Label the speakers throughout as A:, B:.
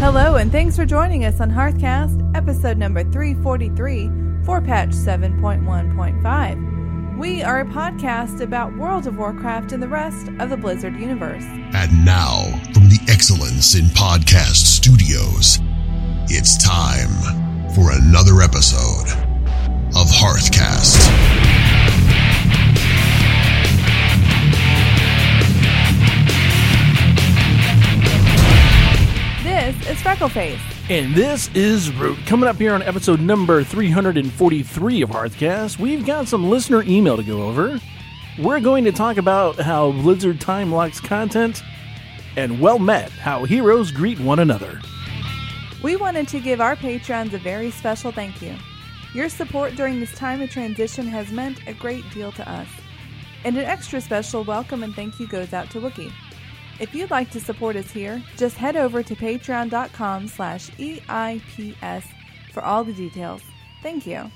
A: Hello, and thanks for joining us on Hearthcast, episode number 343 for patch 7.1.5. We are a podcast about World of Warcraft and the rest of the Blizzard universe.
B: And now, from the Excellence in Podcast Studios, it's time for another episode of Hearthcast.
A: This is Freckleface.
C: And this is Root. Coming up here on episode number 343 of Hearthcast, we've got some listener email to go over. We're going to talk about how Blizzard time locks content, and well met, how heroes greet one another.
A: We wanted to give our patrons a very special thank you. Your support during this time of transition has meant a great deal to us. And an extra special welcome and thank you goes out to Wookie. If you'd like to support us here, just head over to patreon.com slash E EIPS for all the details. Thank you.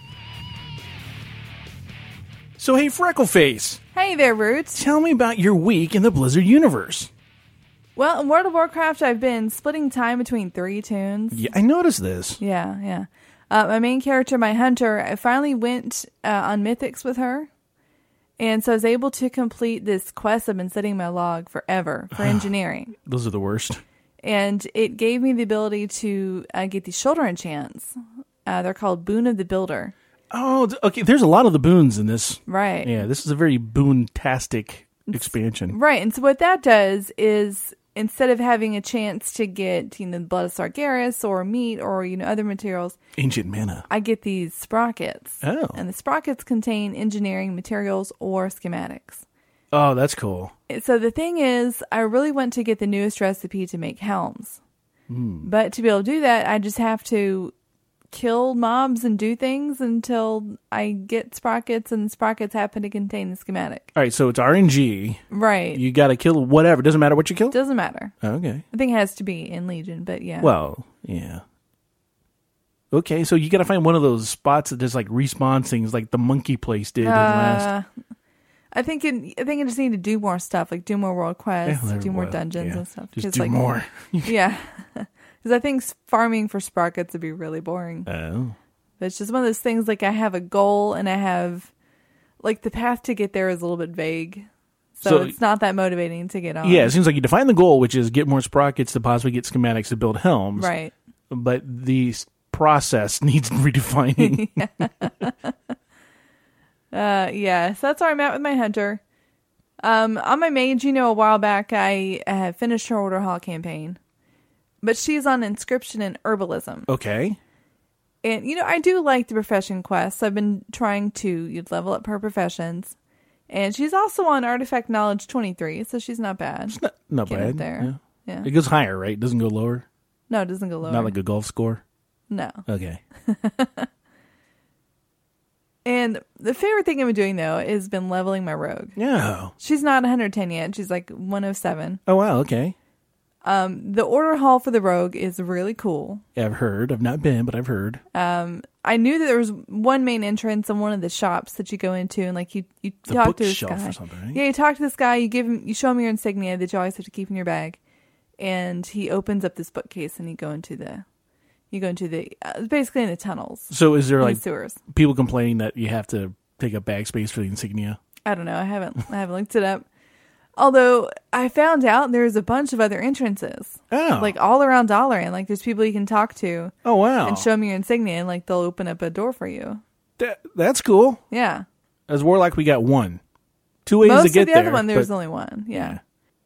C: So, hey, Freckleface,
A: Hey there, Roots!
C: tell me about your week in the Blizzard universe.
A: Well, in World of Warcraft, I've been splitting time between three tunes.
C: Yeah, I noticed this.
A: Yeah, yeah. Uh, my main character, my hunter, I finally went uh, on Mythics with her. And so I was able to complete this quest I've been setting my log forever for engineering.
C: Those are the worst.
A: And it gave me the ability to uh, get these shoulder enchants. Uh, they're called Boon of the Builder.
C: Oh, th- okay. There's a lot of the boons in this.
A: Right.
C: Yeah, this is a very boontastic expansion.
A: Right. And so what that does is instead of having a chance to get, you know, the blood of Sargeras or meat or, you know, other materials,
C: Ancient mana.
A: I get these sprockets.
C: Oh.
A: And the sprockets contain engineering materials or schematics.
C: Oh, that's cool.
A: So the thing is, I really want to get the newest recipe to make helms.
C: Hmm.
A: But to be able to do that, I just have to kill mobs and do things until I get sprockets and sprockets happen to contain the schematic.
C: All right, so it's RNG.
A: Right.
C: You got to kill whatever. Doesn't matter what you kill.
A: Doesn't matter.
C: Okay.
A: I think it has to be in Legion, but yeah.
C: Well, yeah. Okay, so you got to find one of those spots that just like respawns things, like the monkey place did in last.
A: Uh, I think it, I think I just need to do more stuff, like do more world quests,
C: Yeah,
A: do more
C: well,
A: dungeons
C: yeah.
A: and stuff.
C: Just
A: 'Cause,
C: do
A: like,
C: more.
A: yeah, because I think s- farming for sprockets would be really boring.
C: Oh,
A: But it's just one of those things. Like I have a goal, and I have like the path to get there is a little bit vague, so,
C: So-
A: it's not that motivating to get on.
C: Oh. yeah. It seems like you define the goal, which is get more sprockets to possibly get schematics to build helms.
A: right.
C: But the s- process needs redefining.
A: Uh, yeah, so that's where I'm at with my hunter. Um, on my mage, you know, a while back I uh, finished her order hall campaign, but she's on inscription and herbalism.
C: okay.
A: And you know, I do like the profession quests. I've been trying to you'd level up her professions, and she's also on artifact knowledge twenty three, so she's not bad.
C: Not, not
A: Get
C: bad.
A: up there. Yeah.
C: It goes higher, right? It doesn't go lower.
A: No, it doesn't go lower.
C: Not like a golf score.
A: no.
C: Okay.
A: And the favorite thing I've been doing though is been leveling my rogue.
C: Yeah.
A: She's not 110 yet. She's like 107.
C: Oh wow. Okay.
A: The order hall for the rogue is really cool.
C: I've heard. I've not been, but I've heard.
A: I knew that there was one main entrance and one of the shops that you go into, and like you you
C: The
A: talk to this
C: bookshelf
A: guy.
C: or something, right?
A: Yeah, you talk to this guy. You give him, you show him your insignia that you always have to keep in your bag, and he opens up this bookcase and you go into the, you go into the uh, basically in the tunnels,
C: So is there
A: in
C: like
A: the sewers.
C: people complaining that you have to take up back space for the insignia?
A: I don't know. I haven't I haven't looked it up. Although I found out there's a bunch of other entrances,
C: Oh.
A: like all around Dalaran. Like there's people you can talk to
C: Oh wow.
A: and show them your insignia, and like they'll open up a door for you.
C: That, that's cool.
A: Yeah.
C: As warlock, we got one, two ways
A: Most
C: to get
A: of the
C: there.
A: other one, there was
C: but-
A: only one. Yeah.
C: Yeah.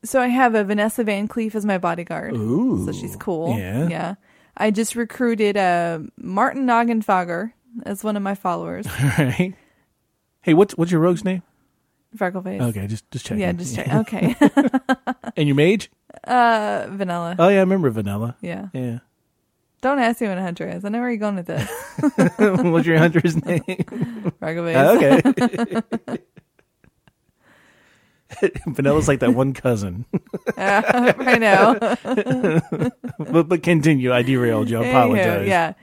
A: So I have a Vanessa Van Cleef as my bodyguard.
C: Ooh.
A: So she's cool.
C: Yeah.
A: Yeah. I just recruited uh, Martin Noggenfogger as one of my followers.
C: right. Hey, what's what's your rogue's name?
A: Freckleface.
C: Okay, just just check.
A: Yeah, just check. Okay.
C: And your mage?
A: uh, vanilla.
C: Oh yeah, I remember Vanilla.
A: Yeah.
C: Yeah.
A: Don't ask me what a hunter is. I know where you're going with this.
C: what's your hunter's name?
A: Freckleface.
C: Oh, okay. Vanilla's like that one cousin.
A: I know.
C: but but continue. I derailed you. I
A: Anywho,
C: apologize.
A: yeah.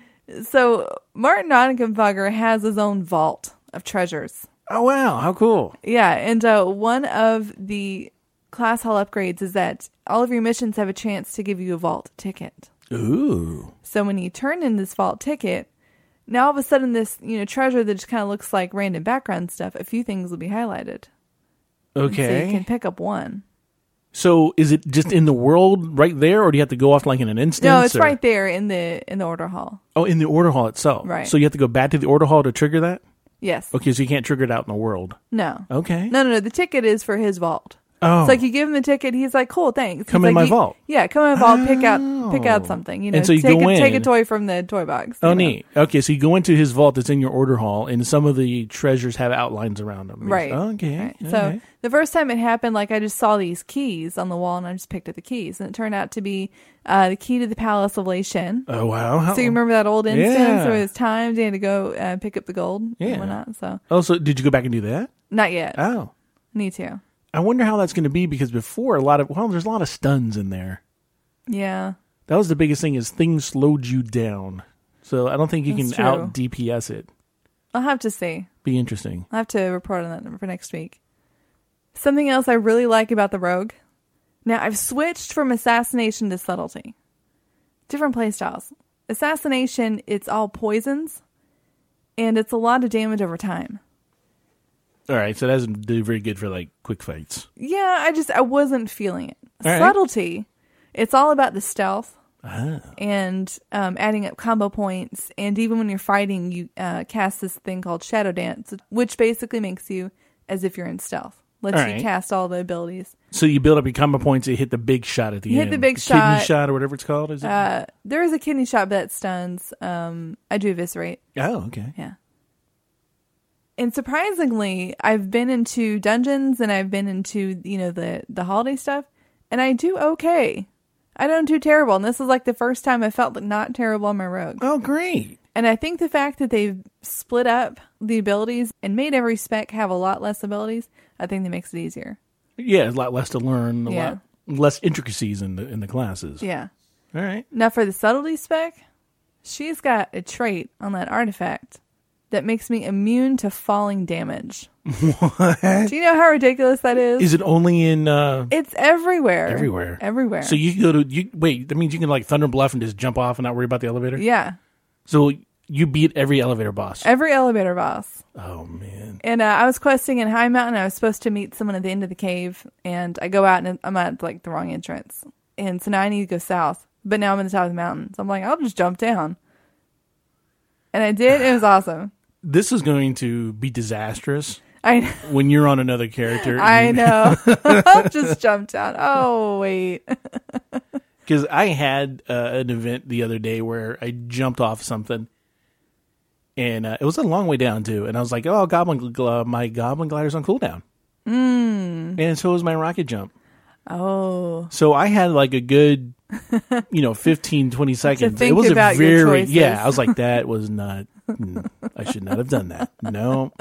A: So Martin Noggenfogger has his own vault of treasures.
C: Oh wow, how cool.
A: Yeah, and uh, one of the class hall upgrades is that all of your missions have a chance to give you a vault ticket.
C: Ooh.
A: So when you turn in this vault ticket, now all of a sudden this you know treasure that just kind of looks like random background stuff, a few things will be highlighted. So you
C: Okay.
A: can pick up one.
C: So is it just in the world right there, or do you have to go off like in an instance?
A: No, it's
C: or-
A: right there in the in the order hall.
C: Oh, in the order hall itself.
A: Right.
C: So you have to go back to the order hall to trigger that.
A: Yes.
C: Okay, so you can't trigger it out in the world.
A: No.
C: Okay.
A: No, no, no. The ticket is for his vault.
C: Oh.
A: It's like you give him the ticket. He's like, "Cool, thanks."
C: Come
A: He's
C: in
A: like,
C: my
A: you-
C: vault. Oh.
A: Yeah, come in my vault. Pick out, pick out something. You know,
C: And so you
A: take
C: go
A: a, take a
C: in.
A: toy from the toy box.
C: Oh,
A: you know.
C: neat. Okay, so you go into his vault that's in your order hall, and some of the treasures have outlines around them.
A: Right.
C: Okay.
A: Right.
C: okay.
A: So the first time it happened, like I just saw these keys on the wall, and I just picked up the keys, and it turned out to be uh, the key to the palace of Latian.
C: Oh wow. How-
A: So you remember that old instance
C: Yeah.
A: where it was timed and had to go uh, pick up the gold
C: Yeah.
A: and whatnot. So
C: oh, so did you go back and do that?
A: not yet.
C: Oh,
A: Need to.
C: I wonder how that's going to be because before a lot of well, there's a lot of stuns in there.
A: Yeah.
C: That was the biggest thing is things slowed you down. So I don't think you
A: That's
C: can out
A: true.
C: DPS it.
A: I'll have to see.
C: Be interesting.
A: I'll have to report on that for next week. Something else I really like about the Rogue. Now, I've switched from assassination to subtlety. Different playstyles. Assassination, it's all poisons, and it's a lot of damage over time.
C: All right, so that doesn't do very good for like quick fights.
A: Yeah, I just, I wasn't feeling it.
C: All right.
A: Subtlety, it's all about the stealth
C: Ah,
A: and um, adding up combo points. And even when you're fighting, you uh, cast this thing called Shadow Dance, which basically makes you as if you're in stealth. Lets
C: All
A: you
C: right.
A: cast all the abilities.
C: so you build up your combo points. You hit the big shot at the
A: You hit
C: end.
A: the big
C: kidney
A: shot.
C: shot or whatever it's called. Is it?
A: Uh, there is a kidney shot but that stuns. Um, I do eviscerate.
C: oh, okay.
A: Yeah. And surprisingly, I've been into dungeons and I've been into you know the the holiday stuff, and I do okay. I don't do terrible, and this is like the first time I felt like not terrible on my rogue.
C: Oh, great.
A: And I think the fact that they've split up the abilities and made every spec have a lot less abilities, I think that makes it easier.
C: Yeah, a lot less to learn. A
A: Yeah.
C: lot less intricacies in the in the classes.
A: Yeah.
C: All right.
A: Now for the subtlety spec, she's got a trait on that artifact that makes me immune to falling damage. What? Do you know how ridiculous that is?
C: Is it only in? uh
A: it's everywhere.
C: Everywhere.
A: Everywhere.
C: So you go to you wait. That means you can like Thunder Bluff and just jump off and not worry about the elevator.
A: yeah, Uh,
C: So you beat every elevator boss.
A: every elevator boss.
C: oh man.
A: And uh, I was questing in High Mountain. I was supposed to meet someone at the end of the cave, and I go out and I'm at like the wrong entrance. And so now I need to go south, but now I'm in the top of the mountain. So I'm like, I'll just jump down. And I did. It was awesome.
C: This is going to be disastrous
A: I
C: when you're on another character.
A: I know. I'll just jump down. Oh wait.
C: Because I had uh, an event the other day where I jumped off something, and uh, it was a long way down too. And I was like, "Oh, goblin, gl- uh, my goblin glider's on cooldown," mm. and so was my rocket jump.
A: Oh.
C: So I had like a good, you know, 15, 20 seconds.
A: think
C: it was
A: about
C: a
A: your
C: very,
A: choices.
C: yeah, I was like, that was not, mm, I should not have done that. No.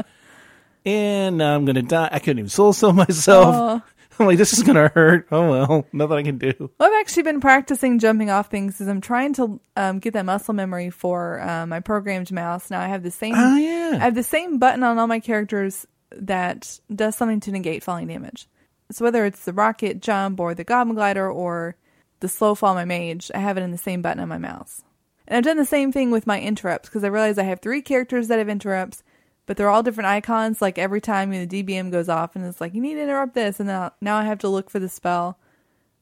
C: And now I'm going to die. I couldn't even soul sell myself. I'm like, this is going to hurt. Oh, well, nothing I can do.
A: Well, I've actually been practicing jumping off things because I'm trying to um, get that muscle memory for um, my programmed mouse. Now I have the same.
C: Oh, yeah.
A: I have the same button on all my characters that does something to negate falling damage. So whether it's the rocket jump or the goblin glider or the slow fall my mage, I have it in the same button on my mouse. And I've done the same thing with my interrupts because I realize I have three characters that have interrupts, but they're all different icons. Like every time you know, the DBM goes off and it's like you need to interrupt this, and now now I have to look for the spell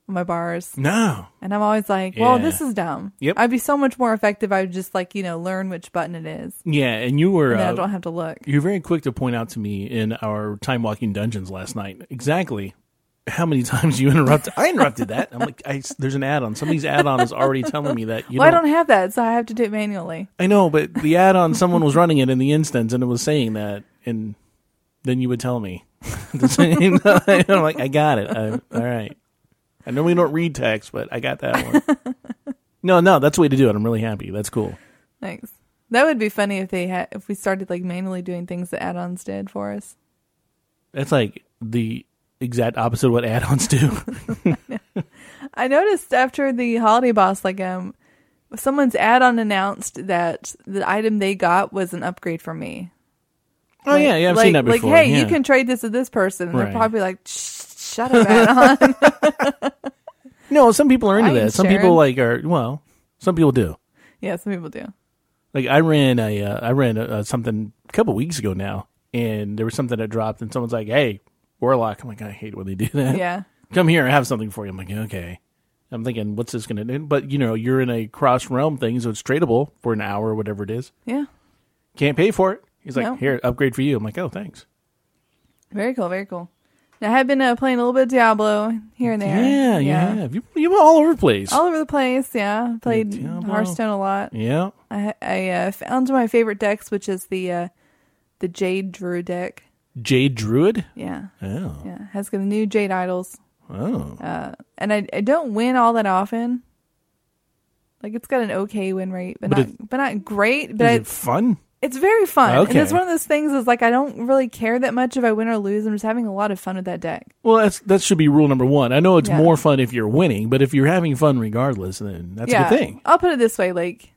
A: on my bars.
C: No.
A: And I'm always like, well,
C: Yeah.
A: this is dumb.
C: Yep.
A: I'd be so much more effective. I would just like, you know, learn which button it is.
C: Yeah. And you were,
A: And then I
C: uh,
A: don't have to look.
C: you're very quick to point out to me in our time walking dungeons last night exactly how many times you interrupted. I interrupted that. I'm like, I, there's an add on. Somebody's add on is already telling me that. You
A: Well, I
C: don't-
A: don't have that, so I have to do it manually.
C: I know, but the add-on someone was running it in the instance, and it was saying that, and then you would tell me at the same time. I'm like, I got it. I, all right. I normally don't read text, but I got that one. no, no, that's the way to do it. I'm really happy. That's cool.
A: Thanks. That would be funny if they had if we started like manually doing things that add-ons did for us.
C: That's like the exact opposite of what add-ons do. Oh,
A: I noticed after the holiday boss, like um, someone's add-on announced that the item they got was an upgrade for me.
C: oh yeah, yeah, I've
A: like,
C: seen that before.
A: Like, hey, you
C: yeah.
A: can trade this with this person. And
C: Right.
A: They're probably like, "Shh, shut up, add-on.
C: No, some people are into
A: I
C: that.
A: ain't
C: Some
A: sharing.
C: people like are well. Some people do.
A: Yeah, some people do.
C: Like I ran a uh, I ran a, a something a couple weeks ago now, and there was something that dropped, and someone's like, "Hey, Warlock." I'm like, I hate when they do that.
A: Yeah.
C: Come here, I have something for you. I'm like, okay. I'm thinking, what's this gonna do? But you know, you're in a cross realm thing, so it's tradable for an hour or whatever it is.
A: Yeah.
C: Can't pay for it. He's like,
A: No.
C: here, upgrade for you. I'm like, oh, thanks.
A: Very cool. Very cool. Now, I have been uh, playing a little bit of Diablo here and there.
C: Yeah, yeah. You, you went all over the place.
A: All over the place. Yeah. Played
C: Diablo.
A: Hearthstone a lot.
C: Yeah.
A: I, I uh, found my favorite decks, which is the uh, the Jade Druid deck.
C: Jade Druid.
A: Yeah.
C: Oh,
A: Yeah. Has got the new Jade Idols.
C: oh.
A: Uh, and I, I don't win all that often. Like it's got an okay win rate, but,
C: But
A: not but not great. But
C: is
A: I,
C: it fun?
A: it's very fun. And it's
C: Okay.
A: one of those things is like I don't really care that much if I win or lose. I'm just having a lot of fun with that deck.
C: Well, that's that should be rule number one. I know it's
A: Yeah.
C: more fun if you're winning, but if you're having fun regardless, then that's
A: yeah.
C: a good thing.
A: I'll put it this way, like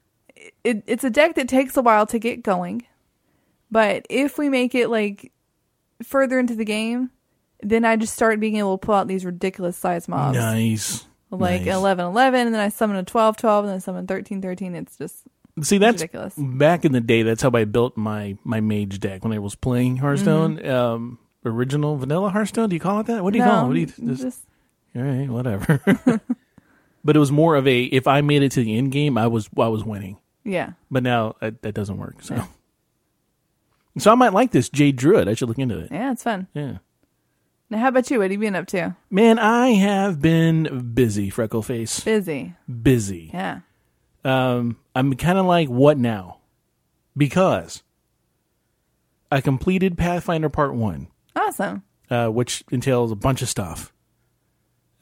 A: it, it's a deck that takes a while to get going. But if we make it like further into the game, then I just start being able to pull out these ridiculous size mobs.
C: Nice.
A: Like
C: nice.
A: eleven, eleven, and then I summon a twelve, twelve, and then I summon thirteen, thirteen. It's just
C: See, that's
A: ridiculous.
C: back in the day. That's how I built my my mage deck when I was playing Hearthstone.
A: Mm-hmm.
C: Um, original vanilla Hearthstone. Do you call it that? What do you call it? What do you,
A: just,
C: just, all right, whatever. but it was more of a if I made it to the end game, I was I was winning.
A: yeah.
C: But now that, that doesn't work. So, so I might like this Jade Druid. I should look into it.
A: Yeah, it's fun.
C: Yeah.
A: Now, how about you? What have you been up to?
C: Man, I have been busy, Freckleface.
A: Busy.
C: Busy.
A: Yeah.
C: um, I'm kind of like, what now? Because I completed Pathfinder Part 1,
A: Awesome.
C: uh, which entails a bunch of stuff.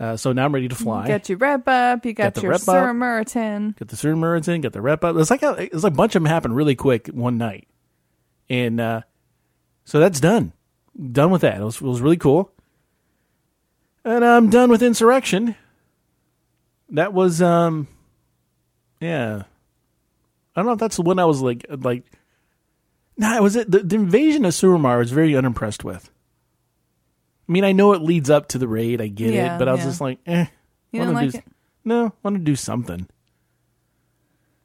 C: Uh, so now I'm ready to fly.
A: Got your rep up. You got,
C: Got the
A: your
C: rep up.
A: Sir Meriton.
C: Got the Sir in, got the rep up. It's like a, it's like a bunch of them happen really quick one night. And uh, so that's done. Done with that. It was, it was really cool. And I'm done with Insurrection. That was um yeah. I don't know if that's the one I was like like Nah, it was it the, the invasion of Suramar I was very unimpressed with. I mean, I know it leads up to the raid, I get
A: Yeah,
C: it, but I was
A: yeah.
C: just like, eh.
A: You
C: wanna
A: didn't
C: do,
A: like
C: s- No, want to do something.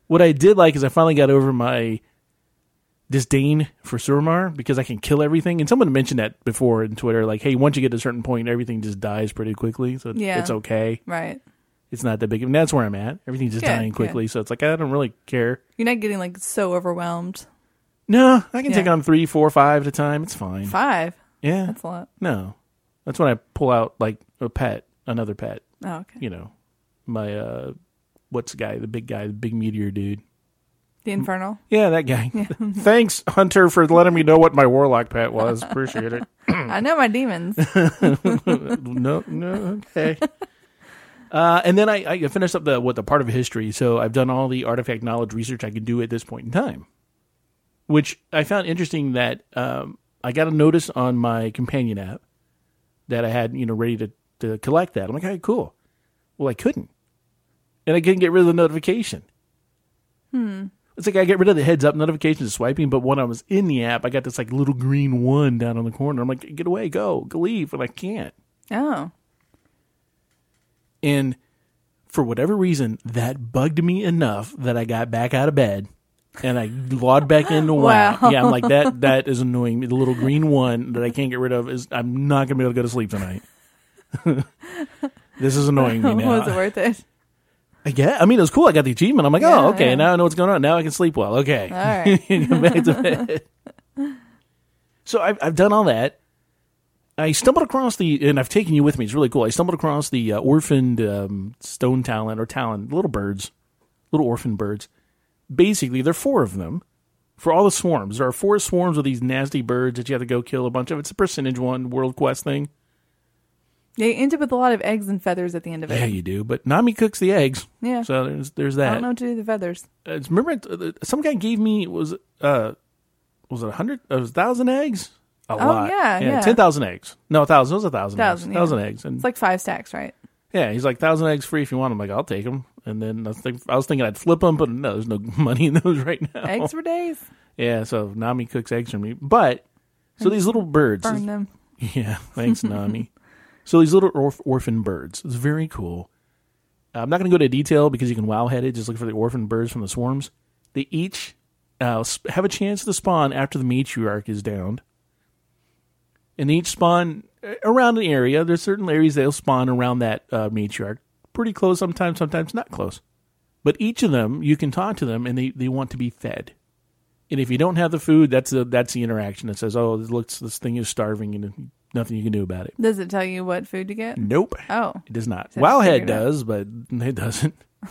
C: What I did like is I finally got over my disdain for Suramar because I can kill everything. And someone mentioned that before in Twitter, like, hey, once you get to a certain point, everything just dies pretty quickly, so
A: Yeah.
C: it's okay.
A: Right.
C: It's not that big. And that's where I'm at. Everything's just
A: Good,
C: dying
A: good.
C: quickly, so it's like I don't really care.
A: You're not getting like so overwhelmed.
C: No, I can take
A: Yeah.
C: on three, four, five at a time. It's fine.
A: Five.
C: Yeah,
A: That's a lot.
C: no, that's when I pull out like a pet, another pet.
A: Oh, okay.
C: You know, my uh, what's the guy, the big guy, the big meteor dude.
A: The Infernal.
C: Yeah, that guy. Thanks, Hunter, for letting me know what my warlock pet was. Appreciate it.
A: I know my demons.
C: no, no, okay. Uh, and then I, I finished up the what the part of history. So I've done all the artifact knowledge research I could do at this point in time, which I found interesting. That um, I got a notice on my companion app that I had you know ready to to collect that. I'm like, hey, cool. Well, I couldn't, and I couldn't get rid of the notification. Hmm. It's like I get rid of the heads up notifications swiping, but when I was in the app, I got this like little green one down on the corner. I'm like, get away, go, go leave, and I can't.
A: Oh.
C: And for whatever reason, that bugged me enough that I got back out of bed and I logged back into WoW.
A: Wow.
C: Yeah, I'm like that. That is annoying. me. The little green one that I can't get rid of is I'm not gonna be able to go to sleep tonight. this is annoying me now.
A: Was it worth it?
C: I get. I mean, it was cool. I got the achievement. I'm like,
A: Yeah,
C: oh, okay.
A: yeah.
C: Now I know what's going on. Now I can sleep well. Okay.
A: All right.
C: Go back to bed. so I've, I've done all that. I stumbled across the, and I've taken you with me. It's really cool. I stumbled across the uh, orphaned um, stone talon or talon, little birds, little orphan birds. Basically, there are four of them for all the swarms. There are four swarms of these nasty birds that you have to go kill a bunch of. It's a percentage one world quest thing.
A: They end up with a lot of eggs and feathers at the end of
C: Yeah,
A: it.
C: you do. But Nami cooks the eggs.
A: Yeah.
C: So there's there's
A: I
C: that.
A: don't know what to do with the feathers.
C: uh, remember uh, some guy gave me was uh was it a hundred uh, was a thousand eggs a oh, lot
A: yeah, yeah.
C: ten thousand eggs no a thousand it was a thousand
A: Thousand,
C: thousand
A: yeah.
C: thousand eggs and
A: It's like five stacks, right?
C: yeah he's like thousand eggs free if you want them like I'll take them and then I was, think, I was thinking I'd flip them but no there's no money in those right now
A: Eggs for days.
C: yeah so Nami cooks eggs for me but so these little birds
A: Burn them.
C: yeah, thanks, Nami. So these little orf- orphan birds. It's very cool. Uh, I'm not going to go to detail because you can wow head it. Just look for the orphan birds from the swarms. They each uh, sp- have a chance to spawn after the matriarch is downed. And they each spawn uh, around an area. There's certain areas they'll spawn around that uh, matriarch. Pretty close sometimes, sometimes not close. But each of them, you can talk to them and they, they want to be fed. And if you don't have the food, that's the that's the interaction that says, "Oh, this looks this thing is starving and nothing you can do about it."
A: Does it tell you what food to get?
C: Nope.
A: Oh.
C: It does not.
A: So I figured
C: Wowhead
A: it out.
C: does, but it doesn't.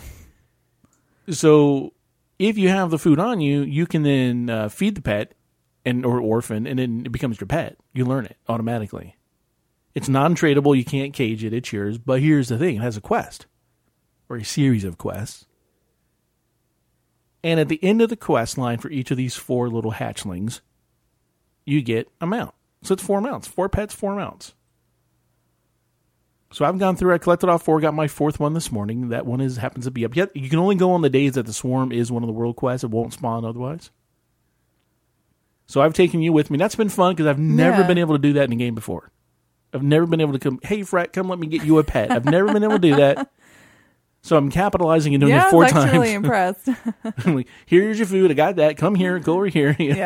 C: so, if you have the food on you, you can then uh, feed the pet and or orphan, and then it becomes your pet. You learn it automatically. It's non-tradable. You can't cage it. It's yours. But here's the thing: it has a quest or a series of quests. And at the end of the quest line for each of these four little hatchlings, you get a mount. So it's four mounts, four pets, four mounts. So I've gone through. I collected all four. Got my fourth one this morning. That one is happens to be up. Yet you can only go on the days that the swarm is one of the world quests. It won't spawn otherwise. So I've taken you with me. That's been fun because I've never
A: Yeah.
C: been able to do that in a game before. I've never been able to come. Hey, frat, come let me get you a pet. I've never been able to do that. So I'm capitalizing and doing
A: yeah,
C: it
A: I
C: four
A: was
C: times.
A: actually impressed.
C: I'm like, here's your food. I got that. Come here. Go over here. You know?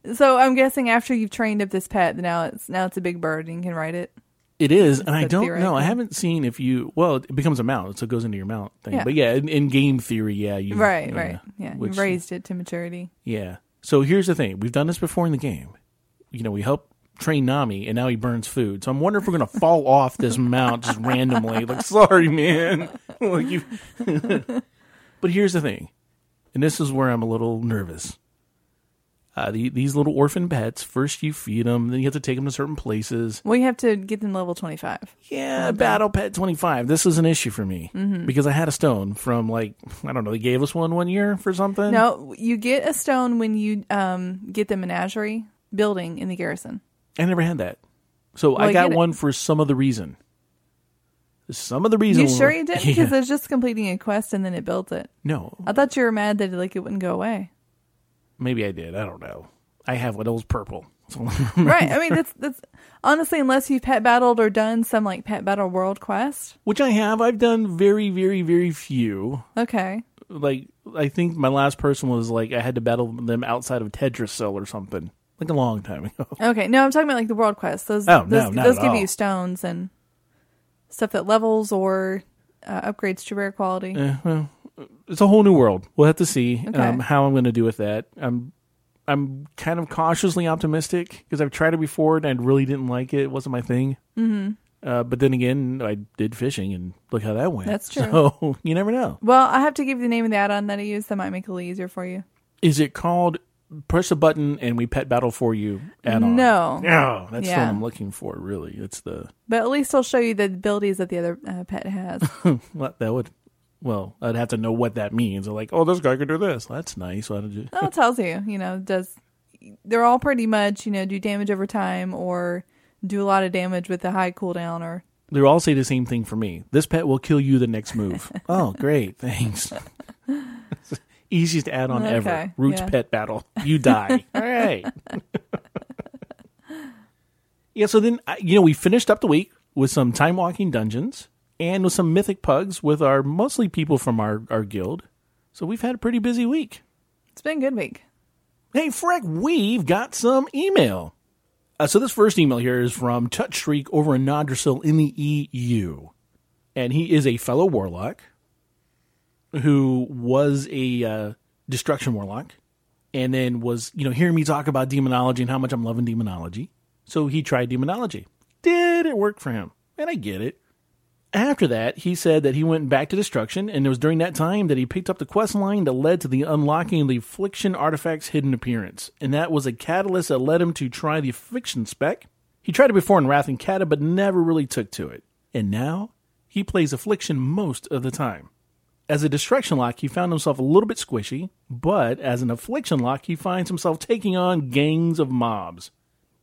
A: yeah. So I'm guessing after you've trained up this pet, now it's now it's a big bird and you can ride it.
C: It is, and I
A: But
C: don't know.
A: theoretically-
C: I haven't seen if you. Well, it becomes a mount, so it goes into your mount thing.
A: Yeah.
C: But yeah, in, in game theory, yeah, you
A: Right,
C: yeah,
A: right. Yeah,
C: which-
A: you've raised it to maturity.
C: Yeah. So here's the thing: we've done this before in the game. You know, we help train Nami, and now he burns food. So I'm wondering if we're gonna fall off this mount just randomly. Like, sorry, man. like you. but here's the thing, and this is where I'm a little nervous. Uh, the, these little orphan pets. First, you feed them, then you have to take them to certain places.
A: Well, you have to get them level 25.
C: Yeah, Battle Pet 25. This is an issue for me because I had a stone from like, I don't know, they gave us one one year for something.
A: No, you get a stone when you um, get the menagerie building in the garrison.
C: I never had that. So
A: Well,
C: I
A: I
C: got
A: get it.
C: one for some other reason. Some other reason.
A: You
C: was-
A: sure you didn't?
C: Yeah.
A: Because I was just completing a quest and then it built it.
C: no,
A: I thought you were mad that like it wouldn't go away.
C: maybe I did. I don't know. I have what was purple. So
A: right. I mean, that's that's honestly, unless you've pet battled or done some like pet battle world quest.
C: Which I have. I've done very, very, very few.
A: Okay.
C: Like, I think my last person was like, I had to battle them outside of Tedrasil or something. Like a long time ago.
A: Okay. No, I'm talking about like the world quest. Those
C: Oh, no,
A: those,
C: not
A: those
C: at
A: give
C: all.
A: you stones and stuff that levels or uh, upgrades to rare quality.
C: it's a whole new world. We'll have to see
A: Okay.
C: um, how I'm going to do with that. I'm I'm kind of cautiously optimistic because I've tried it before and I really didn't like it. It wasn't my thing. Mm-hmm. Uh, but then again, I did fishing and look how that went.
A: That's true.
C: So you never know.
A: Well, I have to give you the name of the add-on that I use. That might make it a little easier for you.
C: Is it called press a button and we pet battle for you add on?
A: No.
C: No, that's
A: Yeah.
C: what I'm looking for. Really, it's the
A: But at least I'll show you the abilities that the other uh, pet has.
C: well, that would. Well, I'd have to know what that means. Like, oh, this guy could do this. That's nice. Why did you?
A: oh, it tells you, you know, does they're all pretty much, you know, do damage over time or do a lot of damage with a high cooldown or
C: they all say the same thing for me. This pet will kill you the next move. oh, great. Thanks. It's Easiest add on ever.
A: Okay,
C: Roots
A: yeah.
C: pet battle. You die. all right. yeah, so then, I- you know, we finished up the week with some time walking dungeons and with some mythic pugs with our mostly people from our, our guild. So we've had a pretty busy week.
A: it's been a good week.
C: Hey, Freck, we've got some email. Uh, so this first email here is from Touch Shriek over in Nodrasil in the EU. And he is a fellow warlock who was a uh, destruction warlock and then was, you know, hearing me talk about demonology and how much I'm loving demonology. So he tried demonology. Did it work for him? And I get it. After that, he said that he went back to destruction, and it was during that time that he picked up the quest line that led to the unlocking of the affliction artifact's hidden appearance, and that was a catalyst that led him to try the affliction spec. He tried it before in Wrath and Kata, but never really took to it. And now he plays affliction most of the time. As a destruction lock, he found himself a little bit squishy, but as an affliction lock, he finds himself taking on gangs of mobs.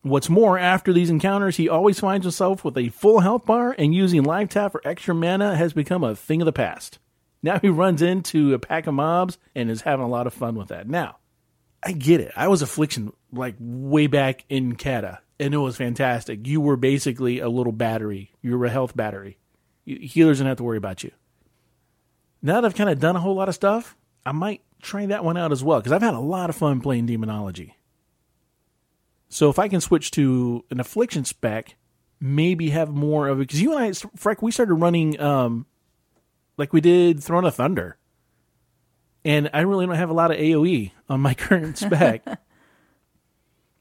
C: What's more, after these encounters, he always finds himself with a full health bar, and using live tap for extra mana has become a thing of the past. Now he runs into a pack of mobs and is having a lot of fun with that. Now, I get it. I was affliction like way back in Kata, and it was fantastic. You were basically a little battery. You were a health battery. You, healers didn't have to worry about you. now that I've kind of done a whole lot of stuff, I might try that one out as well because I've had a lot of fun playing Demonology. So if I can switch to an affliction spec, maybe have more of it because you and I, Freck, we started running um, like we did Throne of Thunder, and I really don't have a lot of AOE on my current spec.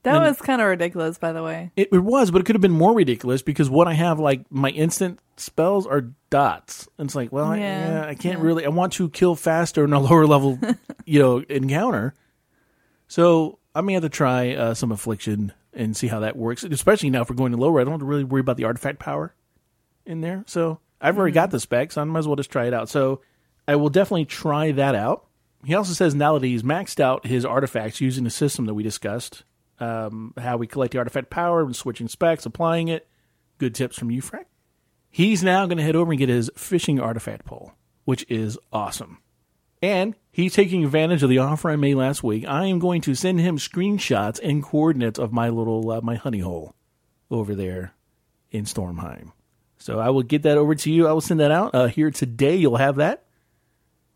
A: That was kind of ridiculous, by the way.
C: It, it was, but it could have been more ridiculous because what I have, like my instant spells, are dots. And it's like, well, I-
A: Yeah,
C: yeah, I, can't really. I want to kill faster in a lower level, you know, encounter. So I may have to try uh, some affliction and see how that works. Especially now if we're going to lower, I don't have to really worry about the artifact power in there. So I've already got the specs. I might as well just try it out. So I will definitely try that out. He also says now that he's maxed out his artifacts using the system that we discussed, um, how we collect the artifact power and switching specs, applying it. Good tips from you, Frank. He's now going to head over and get his fishing artifact pole, which is awesome. And he's taking advantage of the offer I made last week. I am going to send him screenshots and coordinates of my little uh, my honey hole over there in Stormheim. So I will get that over to you. I will send that out uh, here today. You'll have that,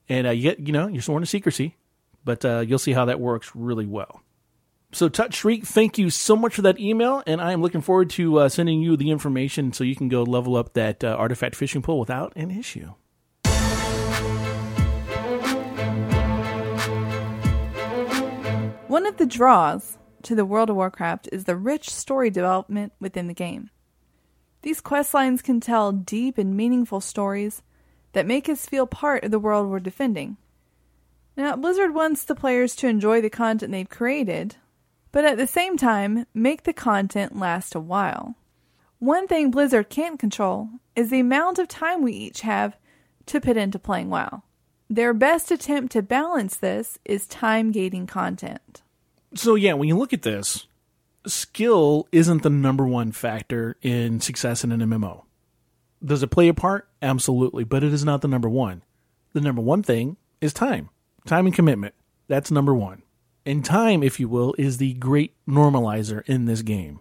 C: and uh, yet you know you're sworn to secrecy, but uh, you'll see how that works really well. So Touch Shriek, thank you so much for that email, and I am looking forward to uh, sending you the information so you can go level up that uh, artifact fishing pool without an issue.
A: One of the draws to the World of Warcraft is the rich story development within the game. These quest lines can tell deep and meaningful stories that make us feel part of the world we're defending. Now, Blizzard wants the players to enjoy the content they've created, but at the same time, make the content last a while. One thing Blizzard can't control is the amount of time we each have to put into playing WoW. Their best attempt to balance this is time gating content.
C: So yeah, when you look at this, skill isn't the number one factor in success in an MMO. Does it play a part? Absolutely, but it is not the number one. The number one thing is time. Time and commitment. That's number one. And time, if you will, is the great normalizer in this game.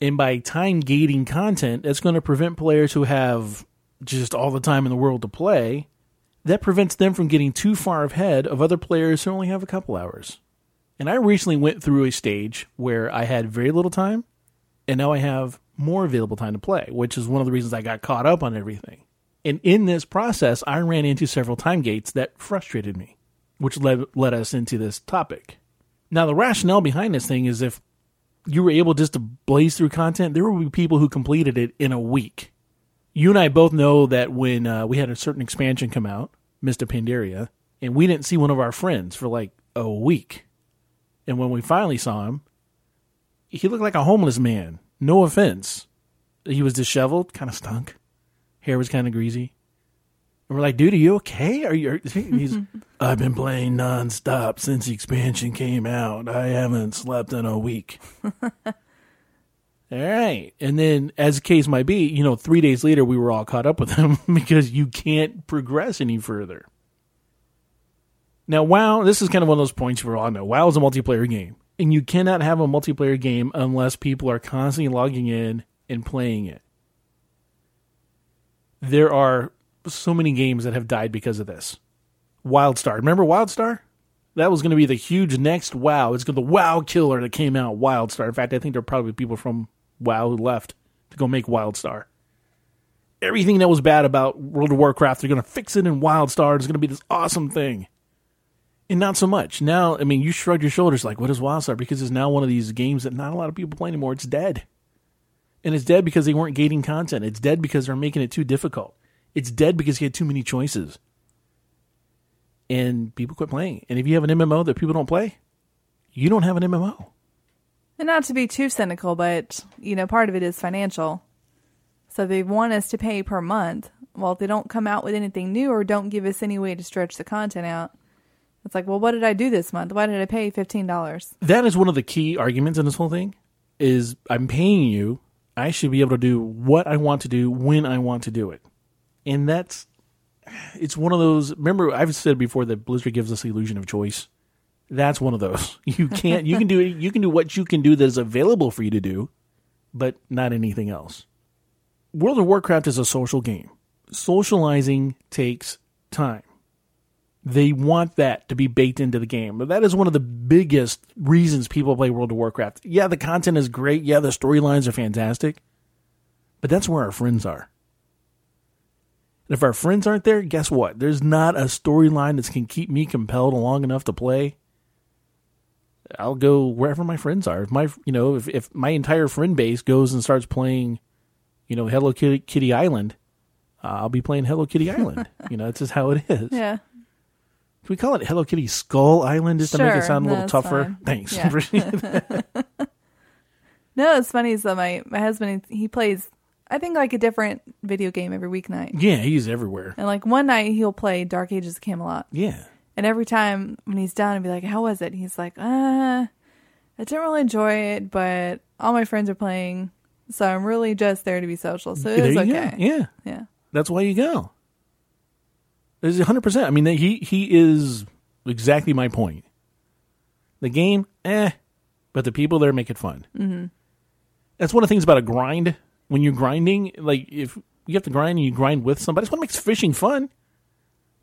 C: And by time gating content, that's going to prevent players who have just all the time in the world to play. That prevents them from getting too far ahead of other players who only have a couple hours. And I recently went through a stage where I had very little time, and now I have more available time to play, which is one of the reasons I got caught up on everything. And in this process, I ran into several time gates that frustrated me, which led, led us into this topic. Now, the rationale behind this thing is if you were able just to blaze through content, there would be people who completed it in a week. You and I both know that when uh, we had a certain expansion come out, Mr. Pandaria, and we didn't see one of our friends for like a week. And when we finally saw him, he looked like a homeless man. No offense. He was disheveled, kind of stunk. Hair was kind of greasy. And we're like, dude, are you okay? Are you? are-" He's, I've been playing nonstop since the expansion came out. I haven't slept in a week. all right. And then, as the case might be, you know, three days later, we were all caught up with him because you can't progress any further. Now, WoW, this is kind of one of those points where I know WoW is a multiplayer game, and you cannot have a multiplayer game unless people are constantly logging in and playing it. There are so many games that have died because of this. WildStar, remember WildStar? That was going to be the huge next WoW. It's going to the WoW killer that came out. WildStar. In fact, I think there are probably people from WoW who left to go make WildStar everything that was bad about World of Warcraft, they're going to fix it in WildStar. It's going to be this awesome thing. And not so much. Now, I mean, you shrugged your shoulders like, what is WildStar? Because it's now one of these games that not a lot of people play anymore. It's dead. And it's dead because they weren't gating content. It's dead because they're making it too difficult. It's dead because you had too many choices. And people quit playing. And if you have an MMO that people don't play, you don't have an MMO.
A: And not to be too cynical, but you know, part of it is financial. So they want us to pay per month. Well, if they don't come out with anything new or don't give us any way to stretch the content out, it's like, well, what did I do this month? Why did I pay fifteen dollars?
C: that is one of the key arguments in this whole thing is i'm paying you i should be able to do what i want to do when i want to do it and that's it's one of those remember i've said before that blizzard gives us the illusion of choice that's one of those you can't you can do you can do what you can do that is available for you to do but not anything else world of warcraft is a social game socializing takes time They want that to be baked into the game. But that is one of the biggest reasons people play World of Warcraft. Yeah, the content is great. Yeah, the storylines are fantastic. But that's where our friends are. And if our friends aren't there, guess what? There's not a storyline that can keep me compelled long enough to play. I'll go wherever my friends are. If my, you know, if, if my entire friend base goes and starts playing, you know, Hello Kitty, Kitty Island, uh, I'll be playing Hello Kitty Island. you know, that's just how it is.
A: Yeah.
C: Can we call it Hello Kitty Skull Island just to make
A: Sure,
C: it sound a little
A: that's
C: tougher?
A: fine.
C: Thanks.
A: Yeah. No, it's funny. So my my husband he plays I think like a different video game every weeknight,
C: yeah, he's everywhere.
A: and like one night he'll play Dark Ages of Camelot,
C: Yeah.
A: and every time when he's done, I'll be like, "How was it?" He's like, "Uh, I didn't really enjoy it, but all my friends are playing, so I'm really just there to be social, so it
C: there
A: was
C: you
A: okay."
C: go. Yeah.
A: yeah.
C: That's why you go. There's 100%. I mean, he he is exactly my point. The game, eh, but the people there make it fun. Mm-hmm. That's one of the things about a grind. When you're grinding, like if you have to grind and you grind with somebody, it's what makes fishing fun.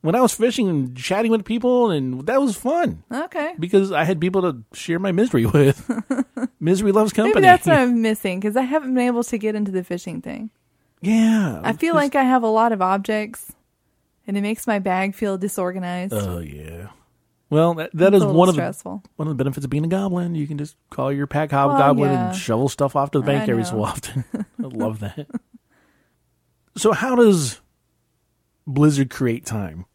C: When I was fishing and chatting with people, and that was fun
A: Okay.
C: because I had people to share my misery with. misery loves company.
A: Maybe that's what I'm missing because I haven't been able to get into the fishing thing.
C: yeah,
A: I feel like I have a lot of objects, and it makes my bag feel disorganized.
C: Oh yeah. Well, that, that
A: It's
C: is
A: a little
C: one of the
A: stressful.
C: one of the benefits of being a goblin. You can just call your pack hobgoblin
A: yeah.
C: and shovel stuff off to the bank
A: I
C: every so
A: know.
C: often. I love that. So, how does Blizzard create time?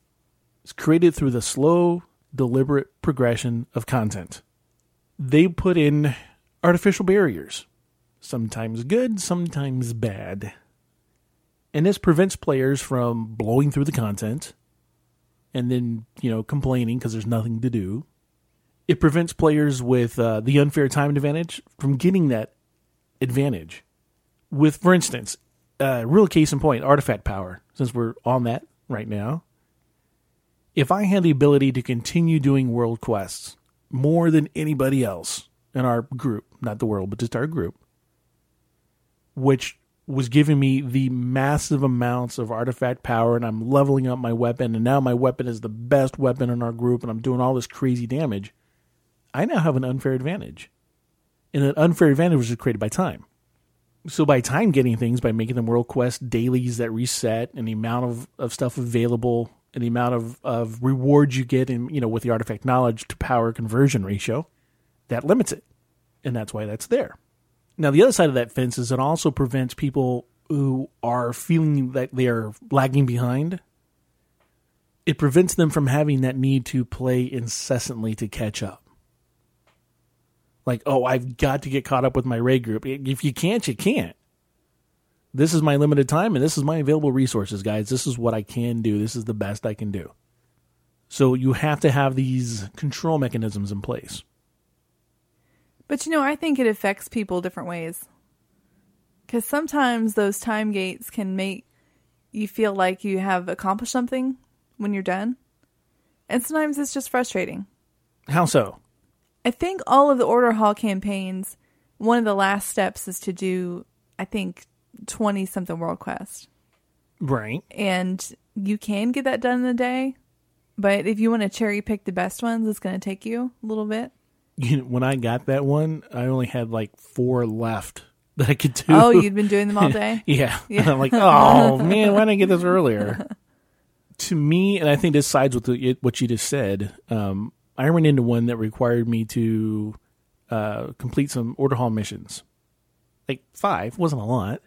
C: It's created through the slow, deliberate progression of content. They put in artificial barriers, sometimes good, sometimes bad. And this prevents players from blowing through the content and then, you know, complaining because there's nothing to do it prevents players with uh, the unfair time advantage from getting that advantage. With, for instance, uh, real case in point, artifact power, since we're on that right now. If I had the ability to continue doing world quests more than anybody else in our group, not the world, but just our group, which was giving me the massive amounts of artifact power, and I'm leveling up my weapon, and now my weapon is the best weapon in our group, and I'm doing all this crazy damage. I now have an unfair advantage. And an unfair advantage was created by time. So by time getting things, by making them world quest dailies that reset and the amount of, of stuff available and the amount of, of rewards you get in, you know, with the artifact knowledge to power conversion ratio, that limits it. And that's why that's there. Now the other side of that fence is it also prevents people who are feeling that they are lagging behind. It prevents them from having that need to play incessantly to catch up like, oh, I've got to get caught up with my raid group. If you can't, you can't. This is my limited time and this is my available resources, guys. This is what I can do. This is the best I can do. So you have to have these control mechanisms in place.
A: But you know, I think it affects people different ways. Because sometimes those time gates can make you feel like you have accomplished something when you're done. And sometimes it's just frustrating.
C: How so?
A: I think all of the order hall campaigns, one of the last steps is to do, I think, 20 something world quest.
C: Right.
A: And you can get that done in a day. But if you want to cherry pick the best ones, it's going to take you a little bit.
C: You know, when I got that one, I only had like four left that I could do.
A: Oh, you'd been doing them all day?
C: Yeah. And I'm like, oh man, why didn't I get this earlier? to me, and I think this sides with the, what you just said. Um, I ran into one that required me to uh, complete some order hall missions. Like five wasn't a lot,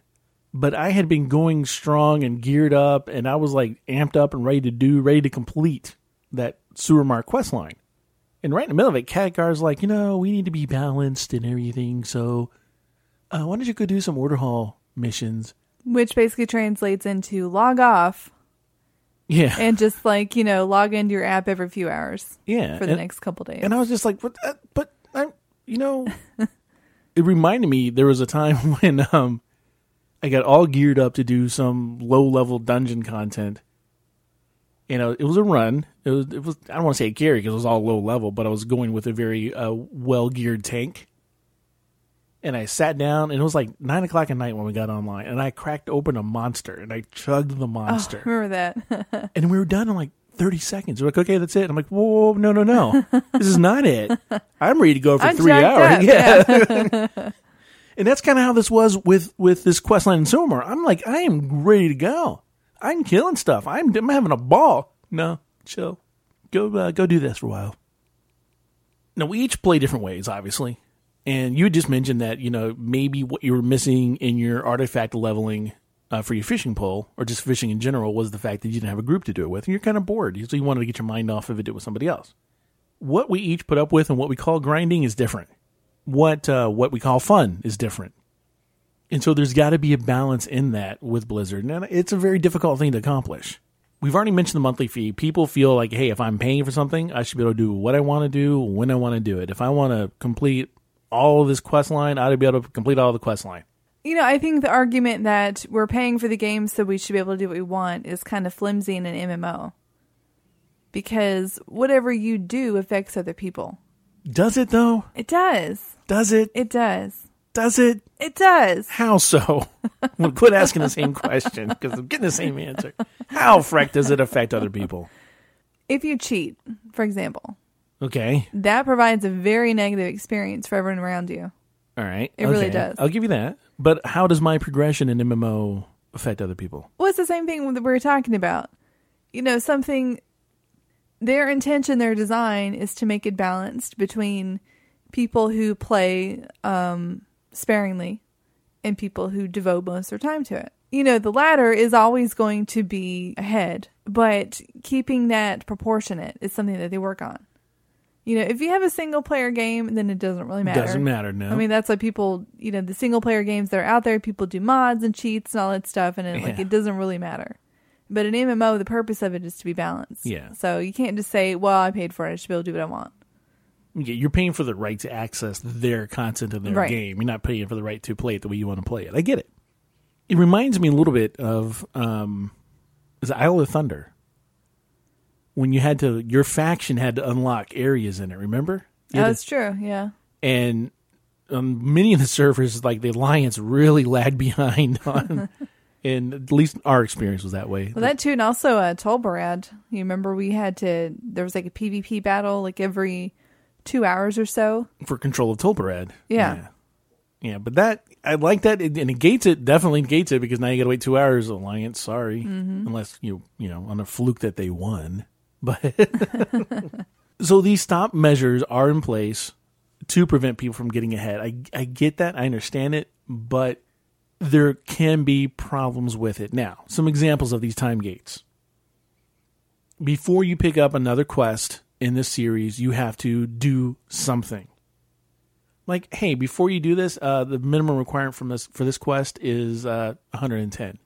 C: but I had been going strong and geared up, and I was like amped up and ready to do, ready to complete that sewer mark quest line. And right in the middle of it, Catgar's like, you know, we need to be balanced and everything, so uh, why don't you go do some order hall missions?
A: Which basically translates into log off
C: Yeah,
A: and just like you know log into your app every few hours
C: yeah.
A: for the
C: and,
A: next couple days
C: and I was just like, what? Uh, but I'm, you know, it reminded me there was a time when um, I got all geared up to do some low level dungeon content. You know, it was a run. It was, it was. I don't want to say carry because it was all low level, but I was going with a very uh, well geared tank. And I sat down, and it was like nine o'clock at night when we got online, and I cracked open a monster, and I chugged the
A: Oh,
C: monster.
A: remember that
C: and we were done. I'm like, 30 seconds. They're like, okay, that's it. I'm like, whoa, whoa, whoa, no, no, no. this is not it. I'm ready to go for
A: I'm
C: three
A: jacked
C: hours.
A: up,
C: Yeah. and that's kind of how this was with, with this Questline and Silvermore. I'm like, I am ready to go. I'm killing stuff. I'm, I'm having a ball. No, chill. Go, uh, go do this for a while. Now, we each play different ways, obviously. And you just mentioned that, you know, maybe what you were missing in your artifact leveling uh, for your fishing pole or just fishing in general was the fact that you didn't have a group to do it with. And you're kind of bored. So you wanted to get your mind off of it with somebody else. What we each put up with and what we call grinding is different. What, uh, what we call fun is different. And so there's got to be a balance in that with Blizzard. And it's a very difficult thing to accomplish. We've already mentioned the monthly fee. People feel like, hey, if I'm paying for something, I should be able to do what I want to do when I want to do it. If I want to complete all of this quest line, I ought to be able to complete all the quest line.
A: You know, I think the argument that we're paying for the game so we should be able to do what we want is kind of flimsy in an MMO. Because whatever you do affects other people.
C: Does it though?
A: It does.
C: Does it?
A: It does.
C: Does it?
A: It does.
C: How so? well, quit asking the same question because I'm getting the same answer. How freck does it affect other people?
A: If you cheat, for example,
C: Okay.
A: that provides a very negative experience for everyone around you.
C: All right.
A: It really
C: Okay.
A: does.
C: I'll give you that. But how does my progression in MMO affect other people?
A: Well, it's the same thing that we were talking about. You know, something, their intention, their design is to make it balanced between people who play um, sparingly and people who devote most of their time to it. You know, the latter is always going to be ahead, but keeping that proportionate is something that they work on. You know, if you have a single player game, then it doesn't really matter.
C: Doesn't matter. No.
A: I mean, that's why people, you know, the single player games that are out there, people do mods and cheats and all that stuff, and it, like
C: Yeah.
A: it doesn't really matter. But an MMO, the purpose of it is to be balanced.
C: Yeah.
A: So you can't just say, "Well, I paid for it; I should be able to do what I want."
C: Yeah, you're paying for the right to access their content in their
A: Right.
C: game. You're not paying for the right to play it the way you want to play it. I get it. It reminds me a little bit of um, is it Isle of Thunder when you had to your faction had to unlock areas in it. Remember? You had
A: Oh, That's true. Yeah.
C: to- and on many of the servers, like the alliance, really lagged behind on. and at least our experience was that way.
A: Well, that too, and also uh, Tolbarad. You remember we had to? There was like a PvP battle, like every two hours or so.
C: for control of Tolbarad.
A: Yeah.
C: yeah. Yeah, but that I like that it, it negates it definitely negates it because now you got to wait two hours alliance. Sorry, unless you you know on a fluke that they won. But so these stop measures are in place to prevent people from getting ahead. I I get that I understand it, but there can be problems with it. Now, some examples of these time gates. Before you pick up another quest in this series, you have to do something like, hey, before you do this, uh, the minimum requirement from this for this quest is uh, 110.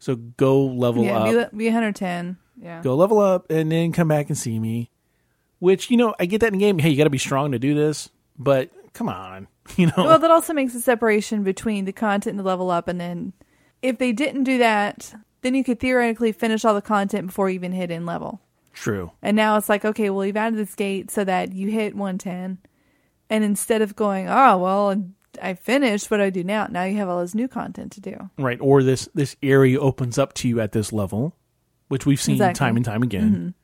C: So go level
A: yeah,
C: up,
A: be, le- be 110. Yeah.
C: go level up, and then come back and see me. Which you know, I get that in game. Hey, you got to be strong to do this, but come on, you know,
A: Well, that also makes a separation between the content and the level up, and then if they didn't do that, then you could theoretically finish all the content before you even hit in level.
C: true.
A: And now it's like, okay, well, you've added this gate so that you hit 110, and instead of going, oh, well, I finished, what do I do now? Now you have all this new content to do.
C: right or this this area opens up to you at this level which we've seen
A: Exactly. Mm-hmm.
C: time and time again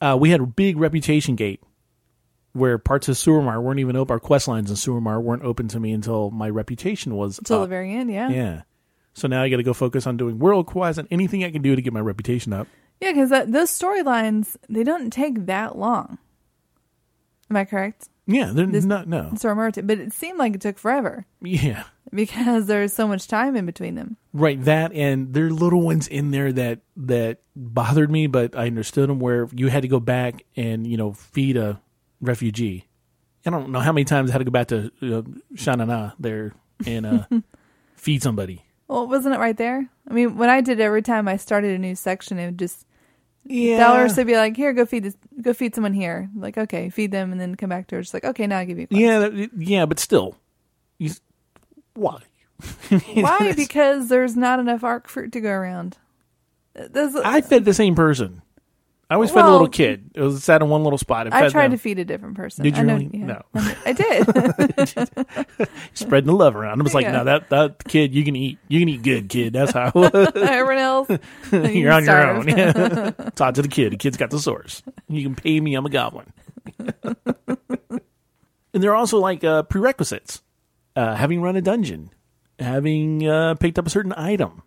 C: uh, we had a big reputation gate where parts of Suramar weren't even open our quest lines in Suramar weren't open to me until my reputation was
A: Until the
C: up.
A: very end, yeah.
C: Uh, yeah so now i gotta go focus on doing world quests and anything i can do to get my reputation up
A: Yeah, because those storylines, they don't take that long. Am I correct?
C: yeah they're not no
A: Sorry, Martin, but it seemed like it took forever
C: yeah
A: because there's so much time in between them.
C: Right, that and there are little ones in there that that bothered me, but I understood them. Where you had to go back and you know feed a refugee. I don't know how many times I had to go back to uh, Shanana there and uh, feed somebody.
A: Well, wasn't it right there? I mean, when I did it, every time I started a new section, it would just
C: Yeah,
A: dollars would be like, "Here, go feed this, go feed someone here." Like, okay, feed them, and then come back to her. Just like, okay, now I give you. a
C: yeah, that- yeah, but still, you, s- why?
A: question. Why? Uh, Because there's not enough arc fruit to go around. There's,
C: I fed the same person I always fed a little
A: Well-
C: kid. It was sat in one little spot. and
A: I
C: fed
A: tried to
C: them.
A: feed a different person.
C: Did
A: I
C: you
A: know,
C: really?
A: yeah.
C: No.
A: I did.
C: spreading the love around. I was like,
A: Yeah.
C: no, that that kid, you can eat, you can eat good, kid. That's how it
A: Everyone else,
C: was. you're on your
A: starve.
C: own. Yeah. Talk to the kid. The kid's got the source. You can pay me. I'm a goblin. and there are also like uh, prerequisites: uh, having run a dungeon, having uh, picked up a certain item.